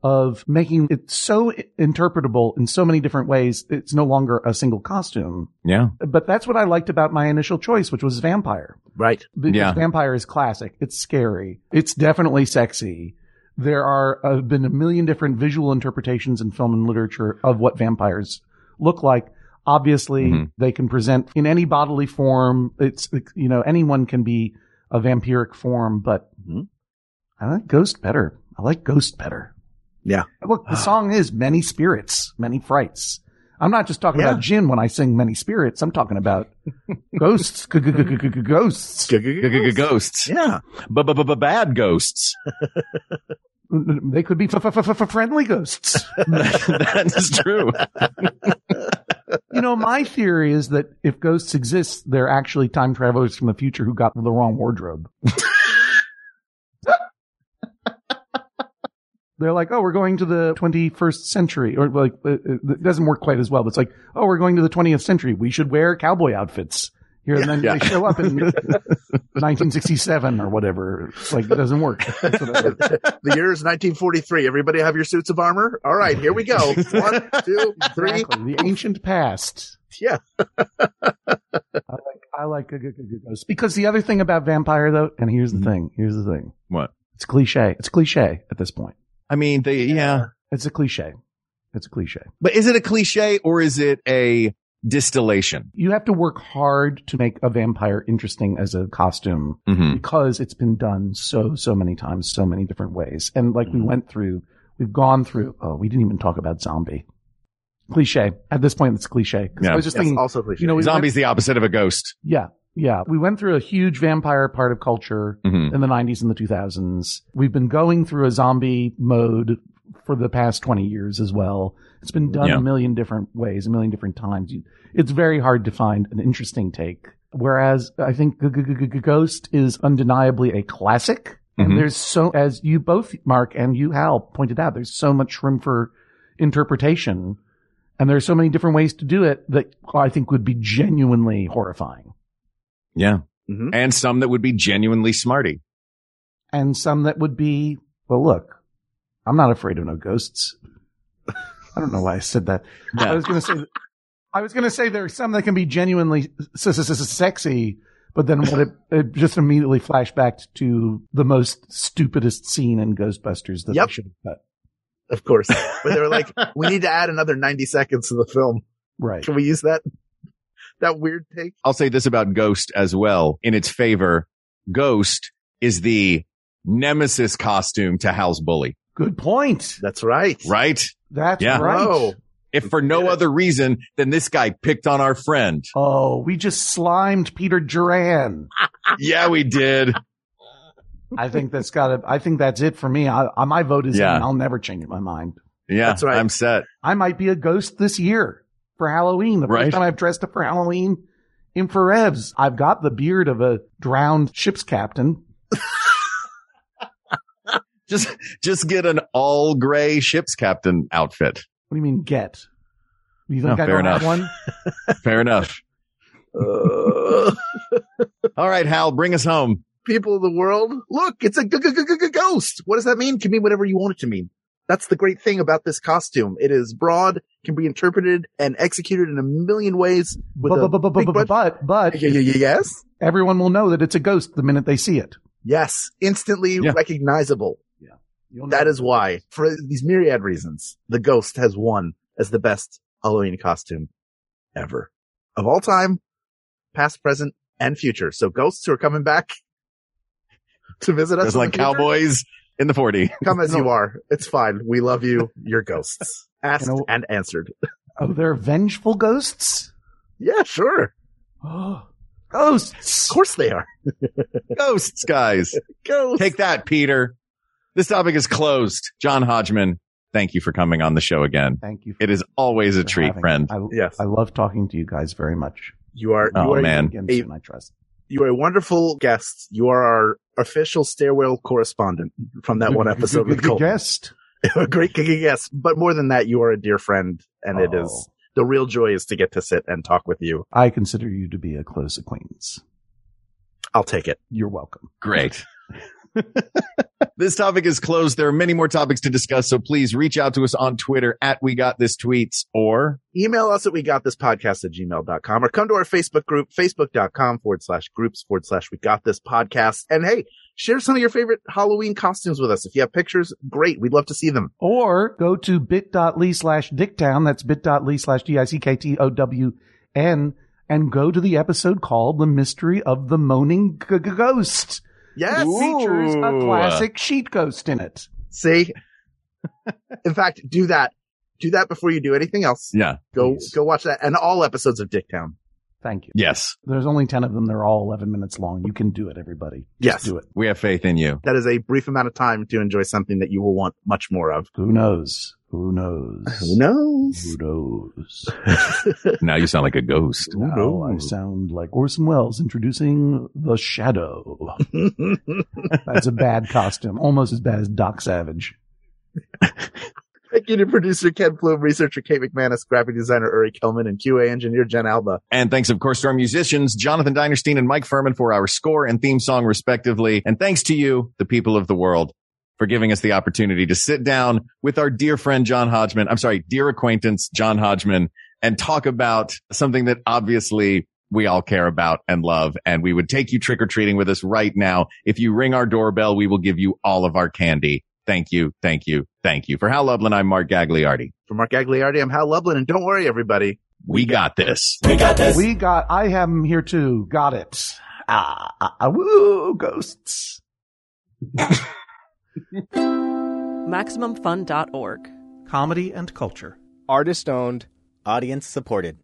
of making it so i- interpretable in so many different ways. It's no longer a single costume.
Yeah.
But that's what I liked about my initial choice, which was vampire.
Right.
Because
Yeah.
vampire is classic. It's scary. It's definitely sexy. There are uh, been a million different visual interpretations in film and literature of what vampires look like. Obviously, they can present in any bodily form. It's you know anyone can be a vampiric form, but I like ghost better. I like ghost better.
Yeah.
Look, the song is many spirits, many frights. I'm not just talking about gin when I sing many spirits. I'm talking about ghosts, g- g- g- g- g- ghosts.
Ghosts.
Yeah.
Bad ghosts. [laughs]
They could be f- f- f- f- friendly
[laughs]
ghosts.
that is true.
you know, my theory is that if ghosts exist, they're actually time travelers from the future who got the
[laughs]
wrong wardrobe. they're like, oh, we're going to the 21st century, or like uh, uh, it doesn't work quite as well. But it's like, oh, we're going to the 20th century. We should wear cowboy outfits here, and then
Yeah.
they show up
[laughs]
in 1967 or whatever. It's like it doesn't work.
the year is 1943. Everybody have your suits of armor? All right, here we go. One, two, three.
Exactly. The ancient past.
[laughs]
[laughs]
Yeah.
I like I like good, good, good, good ghosts. Because the other thing about vampire though, and here's the
Mm-hmm.
thing, here's the thing.
What?
It's cliche. It's cliche at this point.
I mean, they, yeah.
It's a cliche. It's a cliche.
But is it a cliche or is it a distillation?
You have to work hard to make a vampire interesting as a costume
Mhm.
because it's been done so, so many times, so many different ways. And like we
Mm-hmm.
went through, we've gone through, oh, we didn't even talk about zombie. Cliche. At this point, it's cliche. 'Cause I
Yeah.
was just
Yes,
thinking,
also cliche.
you know, we went-
Zombie's the opposite of a ghost.
Yeah. Yeah. We went through a huge vampire part of culture
Mhm.
in the 90s and the 2000s. We've been going through a zombie mode for the past 20 years as well. It's been done
Yeah.
a million different ways, a million different times. You- It's very hard to find an interesting take. Whereas I think G- G- G- G- Ghost is undeniably a classic.
Mhm.
And there's so, as you both, Mark and you, Hal, pointed out, there's so much room for interpretation. And there's so many different ways to do it that I think would be genuinely horrifying.
Yeah.
Mhm.
And some that would be genuinely smarty.
And some that would be, well, look, I'm not afraid of no ghosts. [laughs] I don't know why I said that. I was going to say, I was going to say there are some that can be genuinely s- s- s- sexy, but then what it, it just immediately flashed back to the most stupidest scene in Ghostbusters that
Yep.
they should have cut.
Of course. But they were like, we need to add another 90 seconds to the film.
Right.
Can we use that? That weird take?
I'll say this about Ghost as well. In its favor, Ghost is the nemesis costume to Hal's bully,
Good point.
That's right.
right?
That's
Yeah.
right.
Whoa.
If for no other reason than this guy picked on our
[laughs]
friend.
Oh, we just slimed Peter Duran.
yeah, we did.
I think that's got to. I think that's it for me. I, I my vote is
Yeah.
in. I'll never change my mind.
Yeah,
That's right.
I'm set.
I might be a ghost this year for Halloween. The
Right.
first time I've dressed up for Halloween in Forevs. I've got the beard of a drowned ship's captain.
Just just get an all gray ship's captain outfit.
What do you mean get? You think
No,
I
Oh, fair
don't
enough.
have
[laughs]
one?
Fair enough.
Uh,
All right, Hal, bring us home.
people of the world, look, it's a g- g- g- g- ghost. What does that mean? It Can mean whatever you want it to mean. That's the great thing about this costume. It is broad, can be interpreted and executed in a million ways with a
But, but,
big
but,
budget.
but, but
Y- y- y- Yes.
everyone will know that it's a ghost the minute they see it.
Yes. Instantly
Yeah.
recognizable.
You'll know.
That is why, for these myriad reasons, the ghost has won as the best Halloween costume ever of all time, past, present, and future. So ghosts who are coming back to visit us.
It's like cowboys in the 40.
Come as you are. It's fine. We love you. You're
[laughs]
ghosts. Asked
You know-
and answered.
Oh, they're vengeful ghosts?
Yeah, sure. Oh.
ghosts.
Of course they are.
Ghosts, guys.
Ghosts.
Take that, Peter. This topic is closed. John Hodgman, thank you for coming on the show again.
Thank you.
It is always a treat,
having
friend.
I,
Yes.
I love talking to you guys very much.
You are,
Oh,
you are,
man.
Again,
Hey.
soon, I trust.
you are a wonderful guest. You are our official stairwell correspondent from
[laughs]
that one
Good-
episode
good-
with
good
Colt.
guest.
a [laughs] great gigging guest, but more than that, you are a dear friend and it is
Oh.
the real joy is to get to sit and talk with you.
I consider you to be a close acquaintance.
I'll take it.
You're welcome.
Great. this topic is closed. There are many more topics to discuss, so please reach out to us on Twitter at We Got This Tweets or
Email us at we got this podcast at gmail.com or come to our Facebook group, facebook.com forward slash groups forward slash we got this podcast. And hey, share some of your favorite Halloween costumes with us. If you have pictures, great. We'd love to see them.
Or go to bit.ly slash dicktown. That's bit.ly slash D-I-C-K-T-O-W-N and go to the episode called The Mystery of the Moaning G- G- Ghost.
Yes.
It features a
Ooh.
classic sheet ghost in it.
See? In fact, do that. Do that before you do anything else.
Yeah.
Go,
Please.
go watch that and all episodes of Dicktown.
Thank you.
Yes.
There's only 10 of them. They're all 11 minutes long. You can do it, everybody.
Yes.
Do it.
We have faith in you.
That is a brief amount of time to enjoy something that you will want much more of.
Who knows? Who knows?
[laughs] Who knows?
Who knows?
Now you sound like a ghost.
Now
[laughs]
I sound like Orson Welles introducing The Shadow. That's a bad costume. Almost as bad as Doc Savage.
Thank you to producer Ken Bloom, researcher Kate McManus, graphic designer Uri Kelman, and QA engineer Jen Alba.
And thanks, of course, to our musicians, Jonathan Dinerstein and Mike Furman for our score and theme song, respectively. And thanks to you, the people of the world, for giving us the opportunity to sit down with our dear friend, John Hodgman. I'm sorry, dear acquaintance, John Hodgman, and talk about something that obviously we all care about and love. And we would take you trick or treating with us right now. If you ring our doorbell, we will give you all of our candy. Thank you. Thank you. Thank you. For Hal Lublin, I'm Mark Gagliardi.
For Mark Agliardi, I'm Hal Lublin, and don't worry, everybody.
We got this.
We got this.
We got, I have him here too. Got it. Ah, ah, ah, woo, ghosts.
MaximumFun.org.
Comedy and culture.
Artist owned, audience supported.